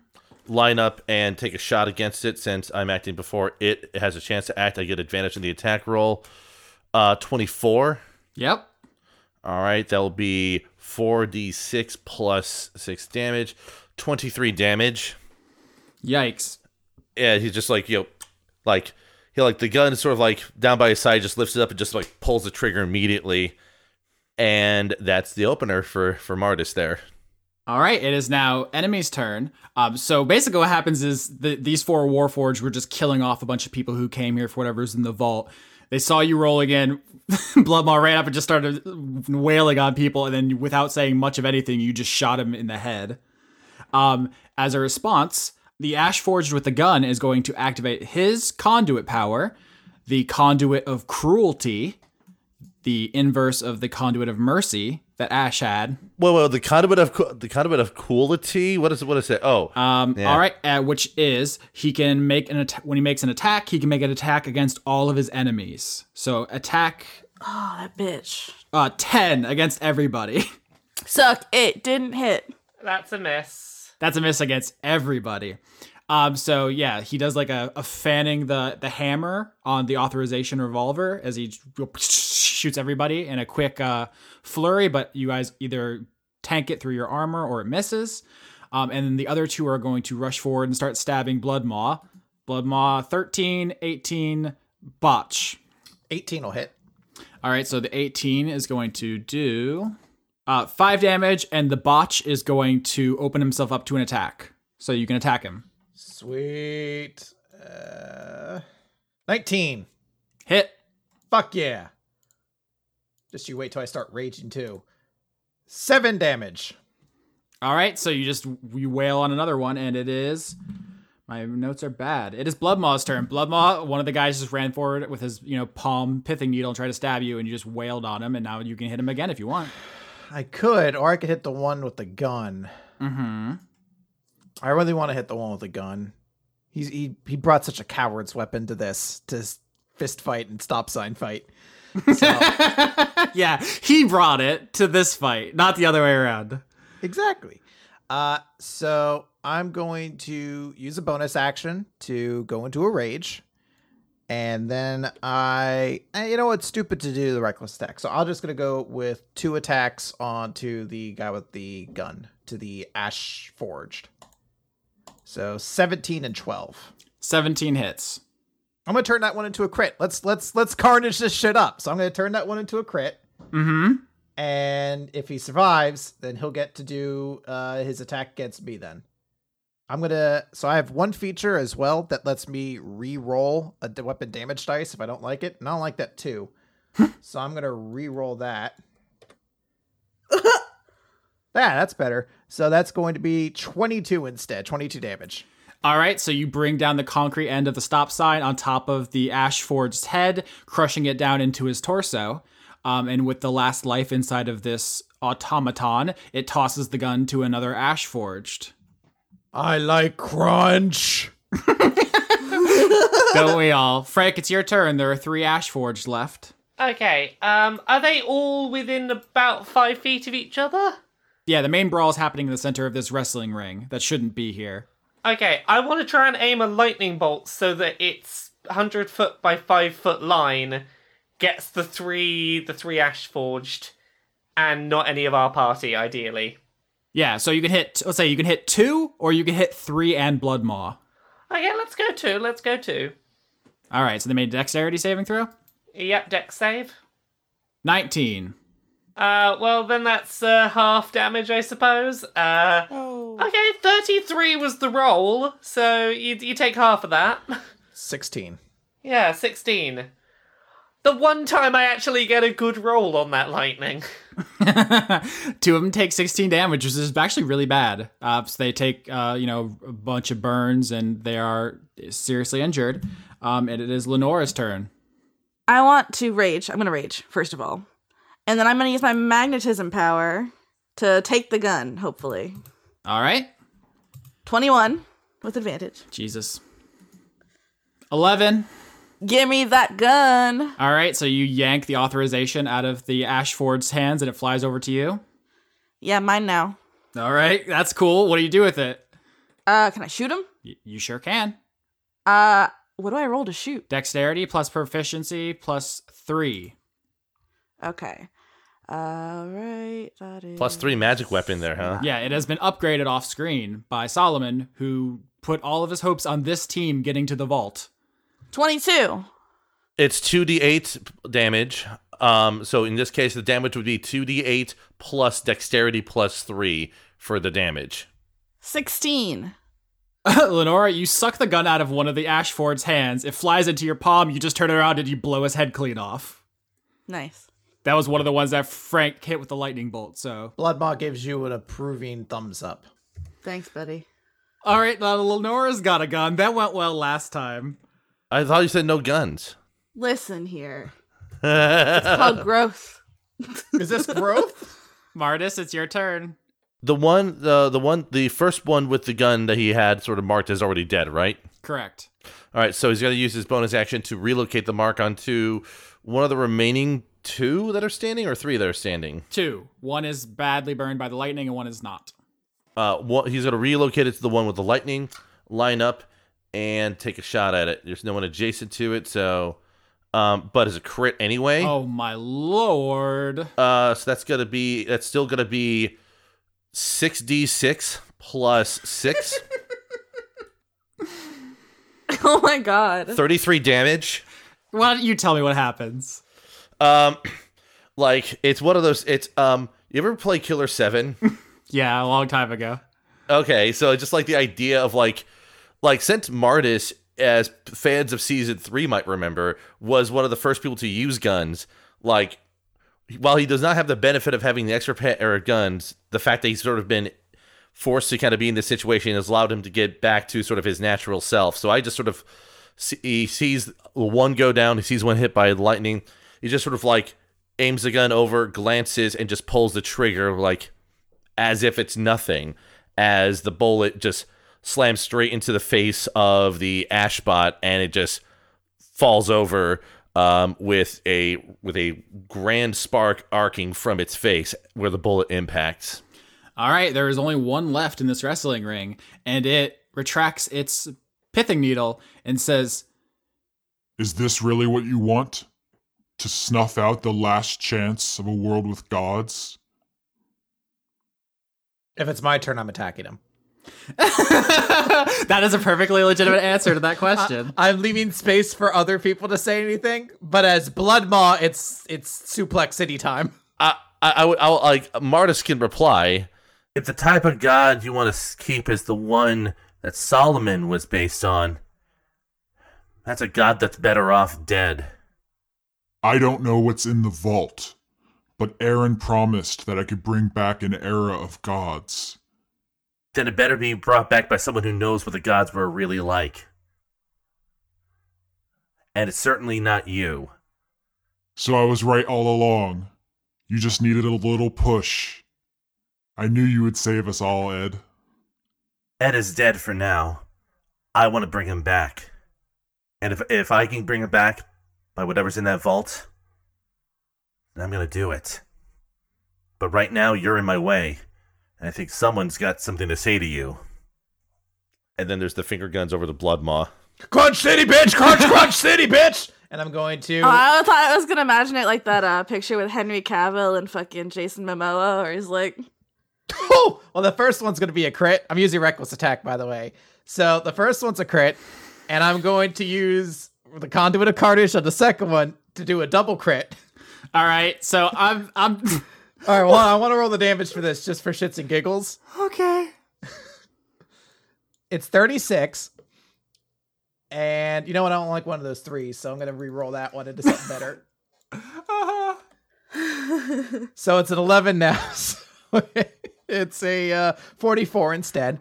Line up and take a shot against it since I'm acting before it has a chance to act. I get advantage in the attack roll. Uh, twenty-four. Yep. All right, that'll be 4d6 plus 6 damage, 23 damage. Yikes. Yeah, he's just like, yo, like, he like the gun is sort of like down by his side, just lifts it up and just like pulls the trigger immediately. And that's the opener for for Martis there. All right, it is now enemy's turn. Um, so basically, what happens is the, these four Warforged were just killing off a bunch of people who came here for whatever's in the vault. They saw you rolling in, Bloodmaw ran up and just started wailing on people, and then without saying much of anything, you just shot him in the head. Um, as a response, the Ash Forged with the gun is going to activate his conduit power, the conduit of cruelty, the inverse of the conduit of mercy that Ash had. Whoa, whoa, the conduit of co- the conduit of coolity. What is what is it? Oh, Um, Yeah. All right, uh, which is he can make an attack when he makes an attack. He can make an attack against all of his enemies. So attack Oh, that bitch. uh, ten against everybody. Suck. It didn't hit. That's a miss. That's a miss against everybody. Um, so yeah, he does like a, a fanning the the hammer on the authorization revolver as he shoots everybody in a quick uh, flurry. But you guys either tank it through your armor or it misses. Um, and then the other two are going to rush forward and start stabbing Blood Maw. Blood Maw 13, 18, botch. 18 will hit. All right, so the 18 is going to do uh, five damage, and the botch is going to open himself up to an attack. So you can attack him. Sweet. Uh, 19. Hit. Fuck yeah. Just you wait till I start raging too. Seven damage. All right, so you just you wail on another one, and it is. My notes are bad. It is Bloodmaw's turn. Bloodmaw, one of the guys just ran forward with his, you know, palm pithing needle and tried to stab you, and you just wailed on him, and now you can hit him again if you want. I could, or I could hit the one with the gun. Mm-hmm. I really want to hit the one with the gun. He's he he brought such a coward's weapon to this to his fist fight and stop sign fight. yeah, he brought it to this fight, not the other way around. Exactly. Uh, so I'm going to use a bonus action to go into a rage, and then I, eh, you know, what, it's stupid to do the reckless attack. So I'm just gonna go with two attacks onto the guy with the gun to the ash forged. So 17 and 12. 17 hits. I'm gonna turn that one into a crit. Let's let's let's carnage this shit up. So I'm gonna turn that one into a crit. Mm-hmm. and if he survives, then he'll get to do uh, his attack against me. Then I'm gonna. So I have one feature as well that lets me re-roll a d- weapon damage dice if I don't like it, and I don't like that too. so I'm gonna re-roll that. yeah, that's better. So that's going to be 22 instead, 22 damage. All right, so you bring down the concrete end of the stop sign on top of the ash forged's head, crushing it down into his torso. Um, and with the last life inside of this automaton, it tosses the gun to another ash forged. I like crunch. Don't we all? Frank, it's your turn. There are three ash forged left. Okay. Um, are they all within about five feet of each other? Yeah, the main brawl is happening in the center of this wrestling ring that shouldn't be here. Okay, I want to try and aim a lightning bolt so that its hundred foot by five foot line gets the three the three ash forged, and not any of our party, ideally. Yeah, so you can hit, let's say you can hit two, or you can hit three and Blood Maw. Okay, let's go two. Let's go two. All right, so they made a dexterity saving throw? Yep, deck save. 19. Uh, well then that's uh, half damage, I suppose. Uh, okay, thirty-three was the roll, so you you take half of that. 16. yeah, sixteen. The one time I actually get a good roll on that lightning. Two of them take 16 damage, which is actually really bad. Uh, so they take, uh, you know, a bunch of burns and they are seriously injured. Um, and it is Lenora's turn. I want to rage. I'm going to rage, first of all. And then I'm going to use my magnetism power to take the gun, hopefully. All right. 21 with advantage. Jesus. 11. Give me that gun. All right. So you yank the authorization out of the Ashford's hands and it flies over to you. Yeah, mine now. All right. That's cool. What do you do with it? Uh, can I shoot him? Y- you sure can. Uh, what do I roll to shoot? Dexterity plus proficiency plus three. Okay. All right. That is Plus three magic weapon there, huh? Yeah, it has been upgraded off screen by Solomon, who put all of his hopes on this team getting to the vault. 22. It's 2d8 damage. Um, so in this case, the damage would be 2d8 plus dexterity plus 3 for the damage. 16. Lenora, you suck the gun out of one of the Ashford's hands. It flies into your palm. You just turn it around and you blow his head clean off. Nice. That was one of the ones that Frank hit with the lightning bolt. So, Blood Maw gives you an approving thumbs up. Thanks, buddy. all right, now Lenora's got a gun. That went well last time. I thought you said no guns. Listen here. It's the called growth. Is this growth? Martis, it's your turn. one, the the one, the first one with the gun that he had sort of marked is already dead, right? Correct. All right, so he's going to use his bonus action to relocate the mark onto one of the remaining two that are standing, or three that are standing. Two. One is badly burned by the lightning, and one is not. Uh, one, he's going to relocate it to the one with the lightning, line up, and take a shot at it. There's no one adjacent to it, so. Um, but it's a crit anyway. Oh my lord. Uh, so that's gonna be that's still gonna be six d six plus six. oh my god. 33 damage. Why don't you tell me what happens? Um, like it's one of those. It's um. You ever play Killer Seven? yeah, a long time ago. Okay, so just like the idea of like, like since Martis, as fans of season three might remember, was one of the first people to use guns. Like, while he does not have the benefit of having the extra pair of guns, the fact that he's sort of been forced to kind of be in this situation has allowed him to get back to sort of his natural self. So I just sort of see, he sees one go down, he sees one hit by lightning. He just sort of like aims the gun over, glances, and just pulls the trigger like as if it's nothing, as the bullet just slams straight into the face of the Ashbot, and it just falls over um, with a with a grand spark arcing from its face where the bullet impacts. All right, there is only one left in this wrestling ring, and it retracts its pithing needle and says, Is this really what you want? To snuff out the last chance of a world with gods? If it's my turn, I'm attacking him. That is a perfectly legitimate answer to that question. I, am leaving space for other people to say anything, but as Blood Maw, it's it's suplex city time. I I, I would I would, like Martis can reply. If the type of god you want to keep is the one that Solomon was based on, that's a god that's better off dead. I don't know what's in the vault, but Aaron promised that I could bring back an era of gods. Then it better be brought back by someone who knows what the gods were really like. And it's certainly not you. So I was right all along. You just needed a little push. I knew you would save us all, Ed. Ed is dead for now. I want to bring him back. And if if I can bring him back by whatever's in that vault, then I'm gonna do it. But right now you're in my way, and I think someone's got something to say to you. And then there's the finger guns over the blood maw. Crunch City, bitch! Crunch, crunch City, bitch! And I'm going to. Oh, I thought I was gonna imagine it like that uh, picture with Henry Cavill and fucking Jason Momoa, where he's like, Oh, well, the first one's going to be a crit. I'm using reckless attack, by the way. So the first one's a crit, and I'm going to use the conduit of carnage on the second one to do a double crit. All right, so I'm I'm. All right, well, I want to roll the damage for this just for shits and giggles. okay. It's 36. And you know what? I don't like one of those threes, so I'm going to re-roll that one into something better. so it's an 11 now. So it's a uh, 44 instead.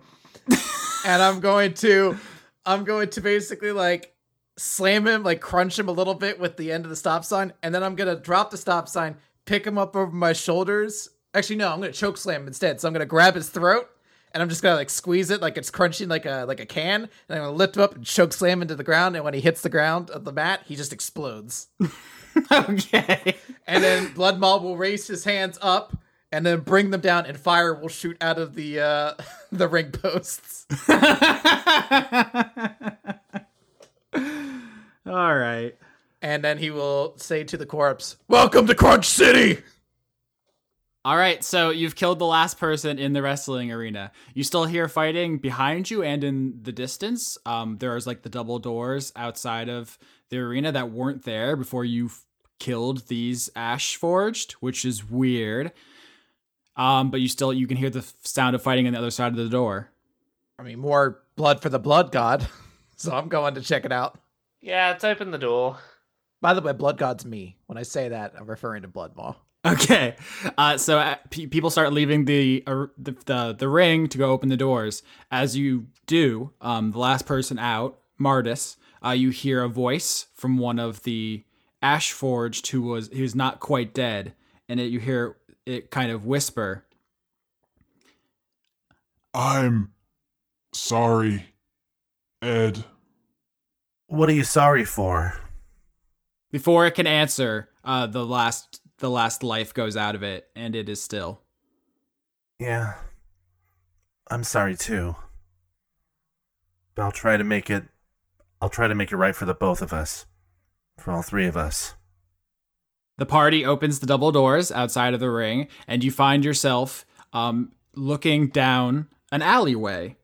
and I'm going to I'm going to basically like slam him, like crunch him a little bit with the end of the stop sign, and then I'm going to drop the stop sign, pick him up over my shoulders. Actually, no, I'm going to choke slam him instead. So I'm going to grab his throat and I'm just gonna like squeeze it like it's crunching like a like a can, and I'm gonna lift him up and choke slam into the ground. And when he hits the ground of the mat, he just explodes. okay. And then Blood Maw will raise his hands up and then bring them down, and fire will shoot out of the uh the ring posts. All right. And then he will say to the corpse, "Welcome to Crunch City." All right, so you've killed the last person in the wrestling arena. You still hear fighting behind you and in the distance. Um, there's like the double doors outside of the arena that weren't there before you f- killed these Ash Forged, which is weird. Um, but you still you can hear the f- sound of fighting on the other side of the door. I mean, more blood for the Blood God. so I'm going to check it out. Yeah, let's open the door. By the way, Blood God's me. When I say that, I'm referring to Blood Maw. Okay, uh, so uh, pe people start leaving the, uh, the the the ring to go open the doors. As you do, um, the last person out, Mardis, uh, you hear a voice from one of the Ashforged who was who's not quite dead, and it, you hear it kind of whisper. I'm sorry, Ed. What are you sorry for? Before it can answer, uh, the last the last life goes out of it, and it is still. Yeah. I'm sorry too. But I'll try to make it I'll try to make it right for the both of us. For all three of us. The party opens the double doors outside of the ring, and you find yourself um, looking down an alleyway,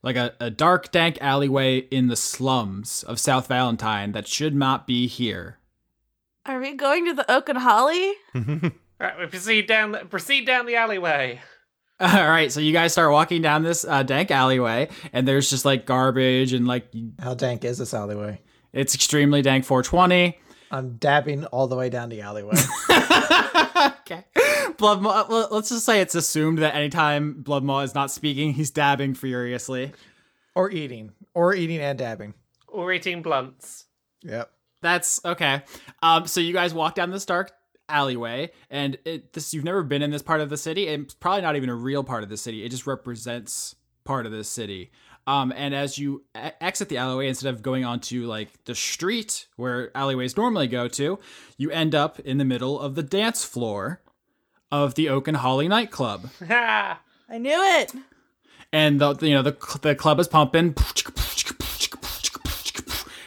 like a, a dark, dank alleyway in the slums of South Valentine that should not be here. Are we going to the Oak and Holly? Right, we proceed down. The, proceed down the alleyway. All right, so you guys start walking down this uh, dank alleyway, and there's just like garbage and like. How dank is this alleyway? It's extremely dank 420. I'm dabbing all the way down the alleyway. Blood Maw, well, let's just say it's assumed that anytime Blood Maw is not speaking, he's dabbing furiously. Or eating. Or eating and dabbing. Or eating blunts. Yep. That's okay. Um, so you guys walk down this dark alleyway, and it, this you've never been in this part of the city, and it's probably not even a real part of the city. It just represents part of the city. Um, and as you e- exit the alleyway, instead of going onto like the street where alleyways normally go to, you end up in the middle of the dance floor of the Oak and Holly nightclub. I knew it. and the you know the the club is pumping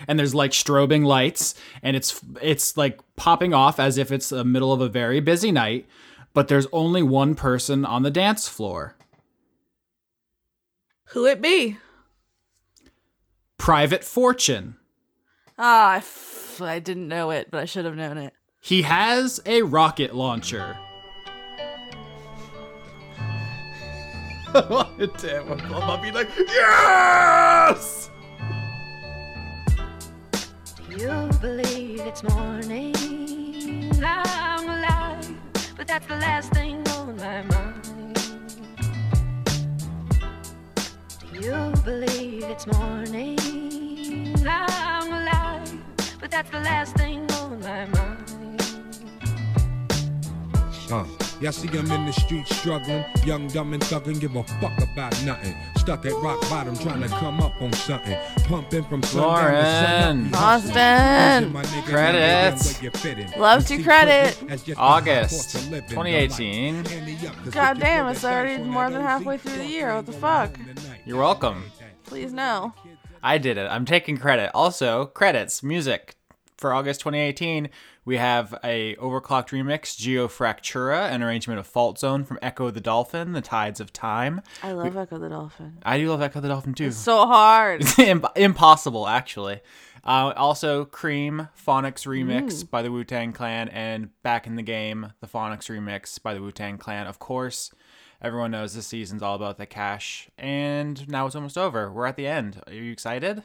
and there's like strobing lights and it's it's like popping off as if it's the middle of a very busy night but there's only one person on the dance floor Who it be? private fortune Ah, I, f- I didn't know it, but I should have known it. he has a rocket launcher Damn, would Blood Maw be like, yes! You believe it's morning. I'm alive, but that's the last thing on my mind. Do you believe it's morning? I'm alive, but that's the last thing on my mind. Uh, yeah, I see I'm in the street struggling, young, dumb, and thuggin', give a fuck about nothing. Stuck at rock bottom, trying to come up on something. Pumping from sundown to Lauren. sunup, hustling. Austin. Using my nigga Credits. Where you fit in. Love to You see, credit. pussy as just a august cost of living. 2018 God damn, it's already more than halfway through the year. What the fuck? you're welcome Please no. I did it. I'm taking credit. Also, credits, music. For August 2018, we have a overclocked remix, Geofractura, an arrangement of Fault Zone from Echo the Dolphin, The Tides of Time. I love Echo the Dolphin. I do love Echo the Dolphin too. It's so hard. It's Im- impossible, actually. Uh, also, Cream Phonics remix Ooh. by the Wu Tang Clan, and Back in the Game, the Phonics remix by the Wu Tang Clan. Of course, everyone knows this season's all about the cash, and now it's almost over. We're at the end. Are you excited?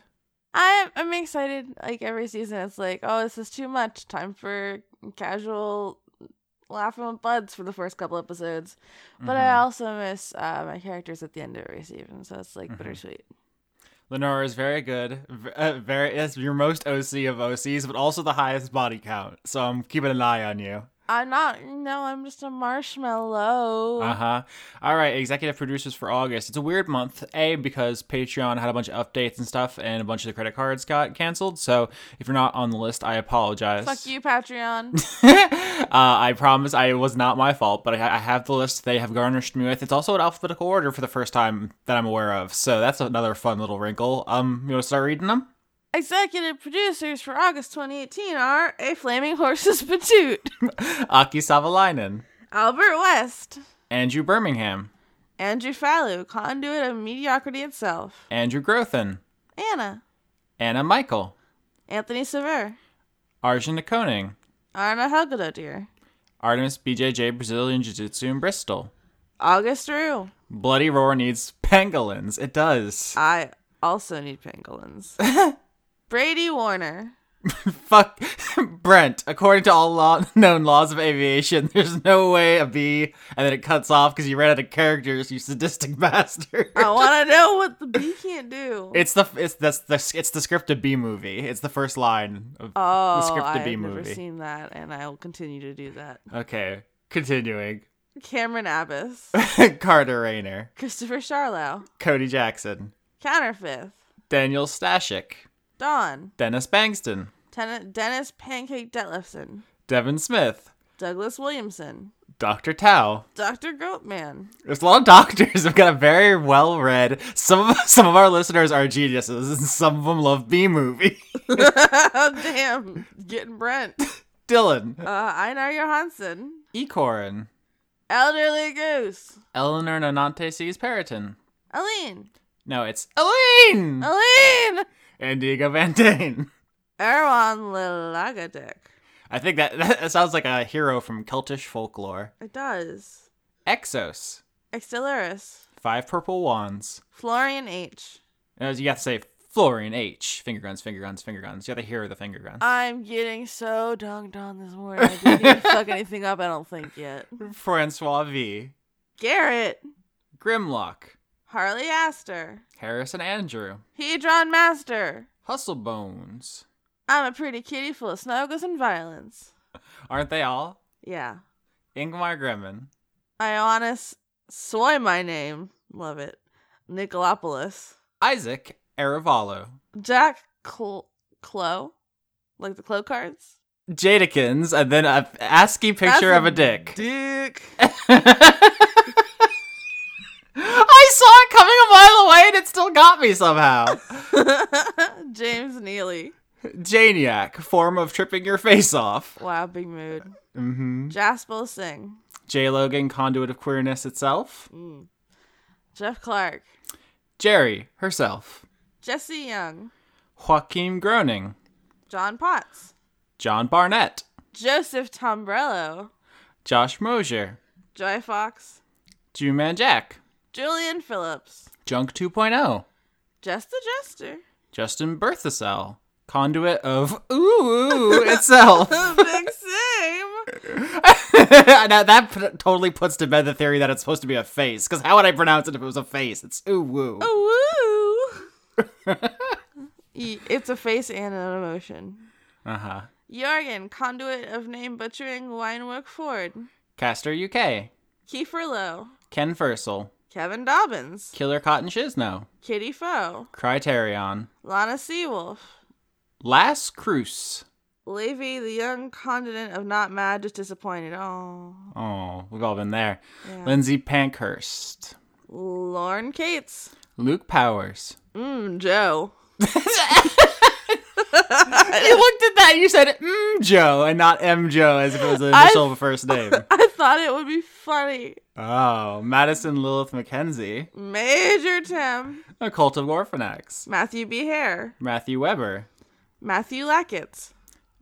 I'm I'm excited. Like every season, it's like, oh, this is too much. Time for casual laughing with buds for the first couple episodes. But I Mhm. also miss uh, my characters at the end of every season, so it's like Mhm. bittersweet. Lenora is very good. v- uh, Very, is your most OC of OCs, but also the highest body count. So I'm keeping an eye on you. I'm not. No, I'm just a marshmallow. Uh huh. All right, executive producers for August. It's a weird month, A, because Patreon had a bunch of updates and stuff, and a bunch of the credit cards got canceled. So if you're not on the list, I apologize. Fuck you, Patreon. Uh, I promise I it was not my fault, but I, I have the list they have garnished me with. It's also in alphabetical order for the first time that I'm aware of. So that's another fun little wrinkle. Um, you want to start reading them? Executive producers for August 2018 are A Flaming Horses Patoot, Aki Savalainen, Albert West, Andrew Birmingham, Andrew Fallu, Conduit of Mediocrity Itself, Andrew Grothin, Anna, Anna Michael, Anthony Sever, Arjun Koning, Arna Helgedotir, Artemis BJJ Brazilian Jiu Jitsu in Bristol. August Rue. Bloody Roar needs pangolins. It does. I also need pangolins. Brady Warner, Fuck Brent. According to all law- known laws of aviation, there's no way a bee, and then it cuts off because you ran out of characters. You sadistic bastard. I want to know what the bee can't do. It's the it's that's the it's the script of B movie. It's the first line of the Oh, script of I've B never movie. seen that, and I will continue to do that. Okay, continuing. Cameron Abbas, Carter Rayner, Christopher Charlow, Cody Jackson, Counterfifth, Daniel Stashik, Dawn, Dennis Bangston, Ten- Dennis Pancake Detlefson, Devin Smith, Douglas Williamson, Doctor Tao, Dr. Goatman, There's a lot of doctors. We've got a very well read. Some of some of our listeners are geniuses, and some of them love B movie. Oh, Damn, getting Brent, Dylan, uh, Einar Johansson, Ecorin, Elderly Goose. Eleanor Nonante sees Periton. Aline. No, it's Aline! Aline! And Diego Van Dane. Erwan Lilagadick. I think that, that sounds like a hero from Celtish folklore. It does. Exos. Extilaris. Five purple wands. Florian H. Uh, You have to say Florian H. Finger guns, finger guns, finger guns. You have to hear the finger guns. I'm getting so dunked on this morning. I didn't even fuck anything up, I don't think yet. Francois V. Garrett. Grimlock. Harley Astor. Harrison Andrew. Hedron Master. Hustlebones. I'm a pretty kitty full of snuggles and violence. Aren't they all? Yeah. Ingmar Grimmin. Ioannis. Soy my name. Love it. Nicolopoulos. Isaac Arevalo. Jack Cl- Clo. Like the Clo cards? Jadakins, and then a ASCII picture That's of a dick. Dick. I saw it coming a mile away and it still got me somehow. James Neely. Janiac, form of tripping your face off. Wow, big mood. Mm-hmm. Jasper Singh. J Logan, conduit of queerness itself. Mm. Jeff Clark. Jerry, herself. Jesse Young. Joaquin Groening. John Potts. John Barnett. Joseph Tombrello. Josh Mosier. Joy Fox. Jew Man Jack. Julian Phillips. Junk oh. 2.0. Just the Jester. Justin Berthasell. Conduit of ooh itself. big same. now that p- totally puts to bed the theory that it's supposed to be a face. Because how would I pronounce it if it was a face? It's ooh woo. Oh, woo. Y- it's a face and an emotion. Uh huh. Jorgen, conduit of name butchering Winework Ford. Caster UK. Kiefer Lowe. Ken Fursel. Kevin Dobbins. Killer Cotton Shizno. Kitty Foe. Criterion. Lana Seawolf. Last Cruce. Levy, the young continent of not mad, just disappointed. Oh. Oh, we've all been there. Yeah. Lindsay Pankhurst. Lauren Cates. Luke Powers. Mmm, Joe. you looked at that. You said mm, Joe and not M Joe as if it was the I- initial first name. I thought it would be funny. Oh, Madison Lilith McKenzie. Major Tim. A Cult of Orphanax. Matthew B. Hare. Matthew Weber. Matthew Lackett.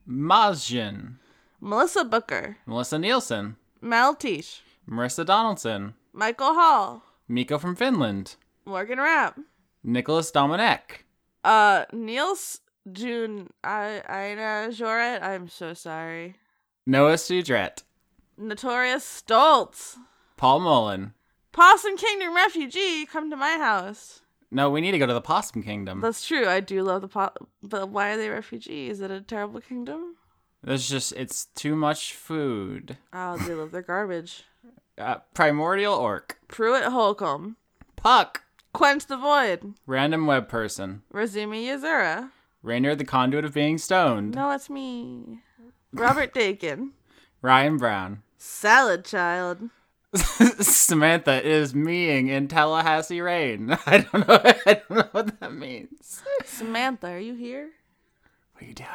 Mazjin. Melissa Booker. Melissa Nielsen. Mel Teach. Marissa Donaldson. Michael Hall. Miko from Finland. Morgan Rapp. Nicholas Dominic. Uh, Niels June. I Ina Joret. I'm so sorry. Noah Sudret. Notorious Stoltz. Paul Mullen. Possum Kingdom refugee. Come to my house. No, we need to go to the Possum Kingdom. That's true. I do love the pot, but why are they refugees? Is it a terrible kingdom? There's just, it's too much food. Oh, they love their garbage. Uh, Primordial Orc. Pruitt Holcomb. Puck. Quench the Void. Random Web Person. Razumi Yazura. Rainier the Conduit of Being Stoned. No, it's me. Robert Dakin. Ryan Brown. Salad Child. Samantha is meing in Tallahassee Rain. I don't know. I don't know what that means. Samantha, are you here? What are you doing?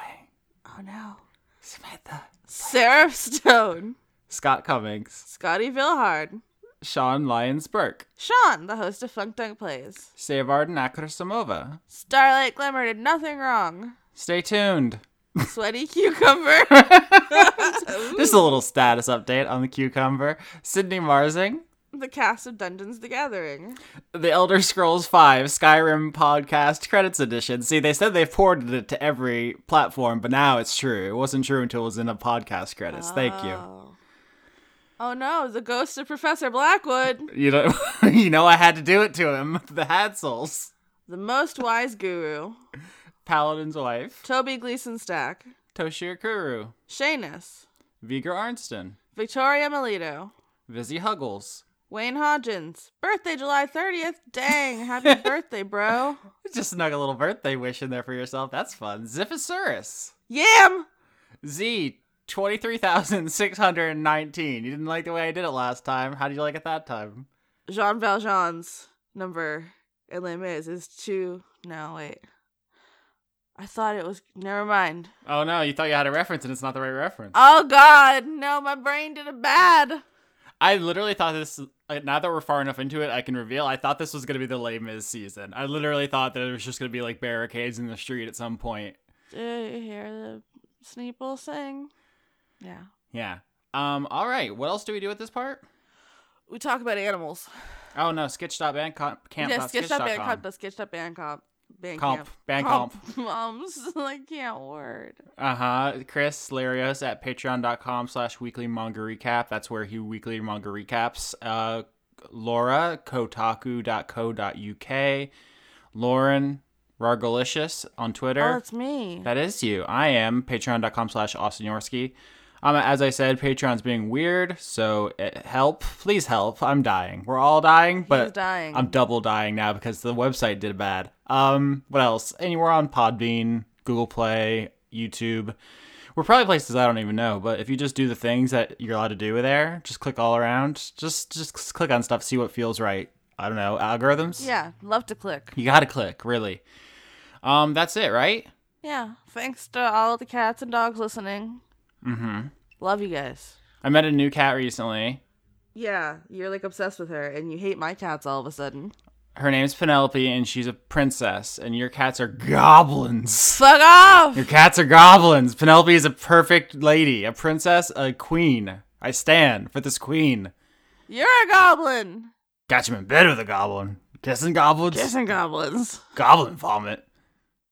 Oh no. Samantha. Seraph Stone. Scott Cummings. Scotty Vilhard. Sean Lyons Burke. Sean, the host of Funk Dunk Plays. Savard Nakrasamova. Starlight Glimmer did nothing wrong. Stay tuned. Sweaty Cucumber. Just a little status update on the cucumber. Sydney Marsing, the cast of Dungeons the Gathering. The Elder Scrolls V Skyrim podcast credits edition. See, they said they've ported it to every platform, but now it's true. It wasn't true until it was in a podcast credits. Thank you. Oh no, the ghost of Professor Blackwood. You know, you know, I had to do it to him. The Hadsels, The most wise guru. Paladin's wife, Toby Gleason Stack. Toshir Kuru, Shanus. Viger Arnston, Victoria Melito. Vizzy Huggles. Wayne Hodgins. Birthday July 30th. Dang, happy birthday, bro. Just snug a little birthday wish in there for yourself. That's fun. Ziphosaurus. Yam! Z, 23,619. You didn't like the way I did it last time. How did you like it that time? Jean Valjean's number in Les Mis is two. No, wait. I thought it was. Never mind. Oh Uh, no, you thought you had a reference and it's not the right reference. Oh God, no! My brain did a bad. I literally thought this. like, Now that we're far enough into it, I can reveal. I thought this was gonna be the lame Miz season. I literally thought that it was just gonna be like barricades in the street at some point. Do you hear the Sneeple sing? Yeah. Yeah. Um. All right. What else do we do at this part? We talk about animals. Oh no. Sketch.bandcamp. yeah, sketched up sketch.com. Bandcamp, but sketched up Bandcamp. Bandcamp. Comp. Bandcamp. Moms, I can't word. Uh huh. Chris Larios at patreon.com slash weekly manga recap. That's where he weekly manga recaps. Uh, Laura, kotaku.co.uk. Lauren, Rargolicious on Twitter. Oh, it's me. That is you. I am patreon.com slash Austin Yorsky. Um, as I said, Patreon's being weird, so eh, help. Please help. I'm dying. We're all dying, but dying. I'm double dying now because the website did bad. Um, what else? Anywhere on Podbean, Google Play, YouTube. We're probably places I don't even know, but if you just do the things that you're allowed to do there, just click all around. Just just click on stuff, see what feels right. I don't know, algorithms? Yeah, love to click. You gotta click, really. Um, that's it, right? Yeah, thanks to all the cats and dogs listening. Mm-hmm. Love you guys. I met a new cat recently. Yeah, you're like obsessed with her, and you hate my cats all of a sudden. Her name's Penelope, and she's a princess. And your cats are goblins. Fuck off! Your cats are goblins. Penelope is a perfect lady, a princess, a queen. I stand for this queen. You're a goblin. Got you in bed with a goblin. Kissing goblins. Kissing goblins. Goblin vomit.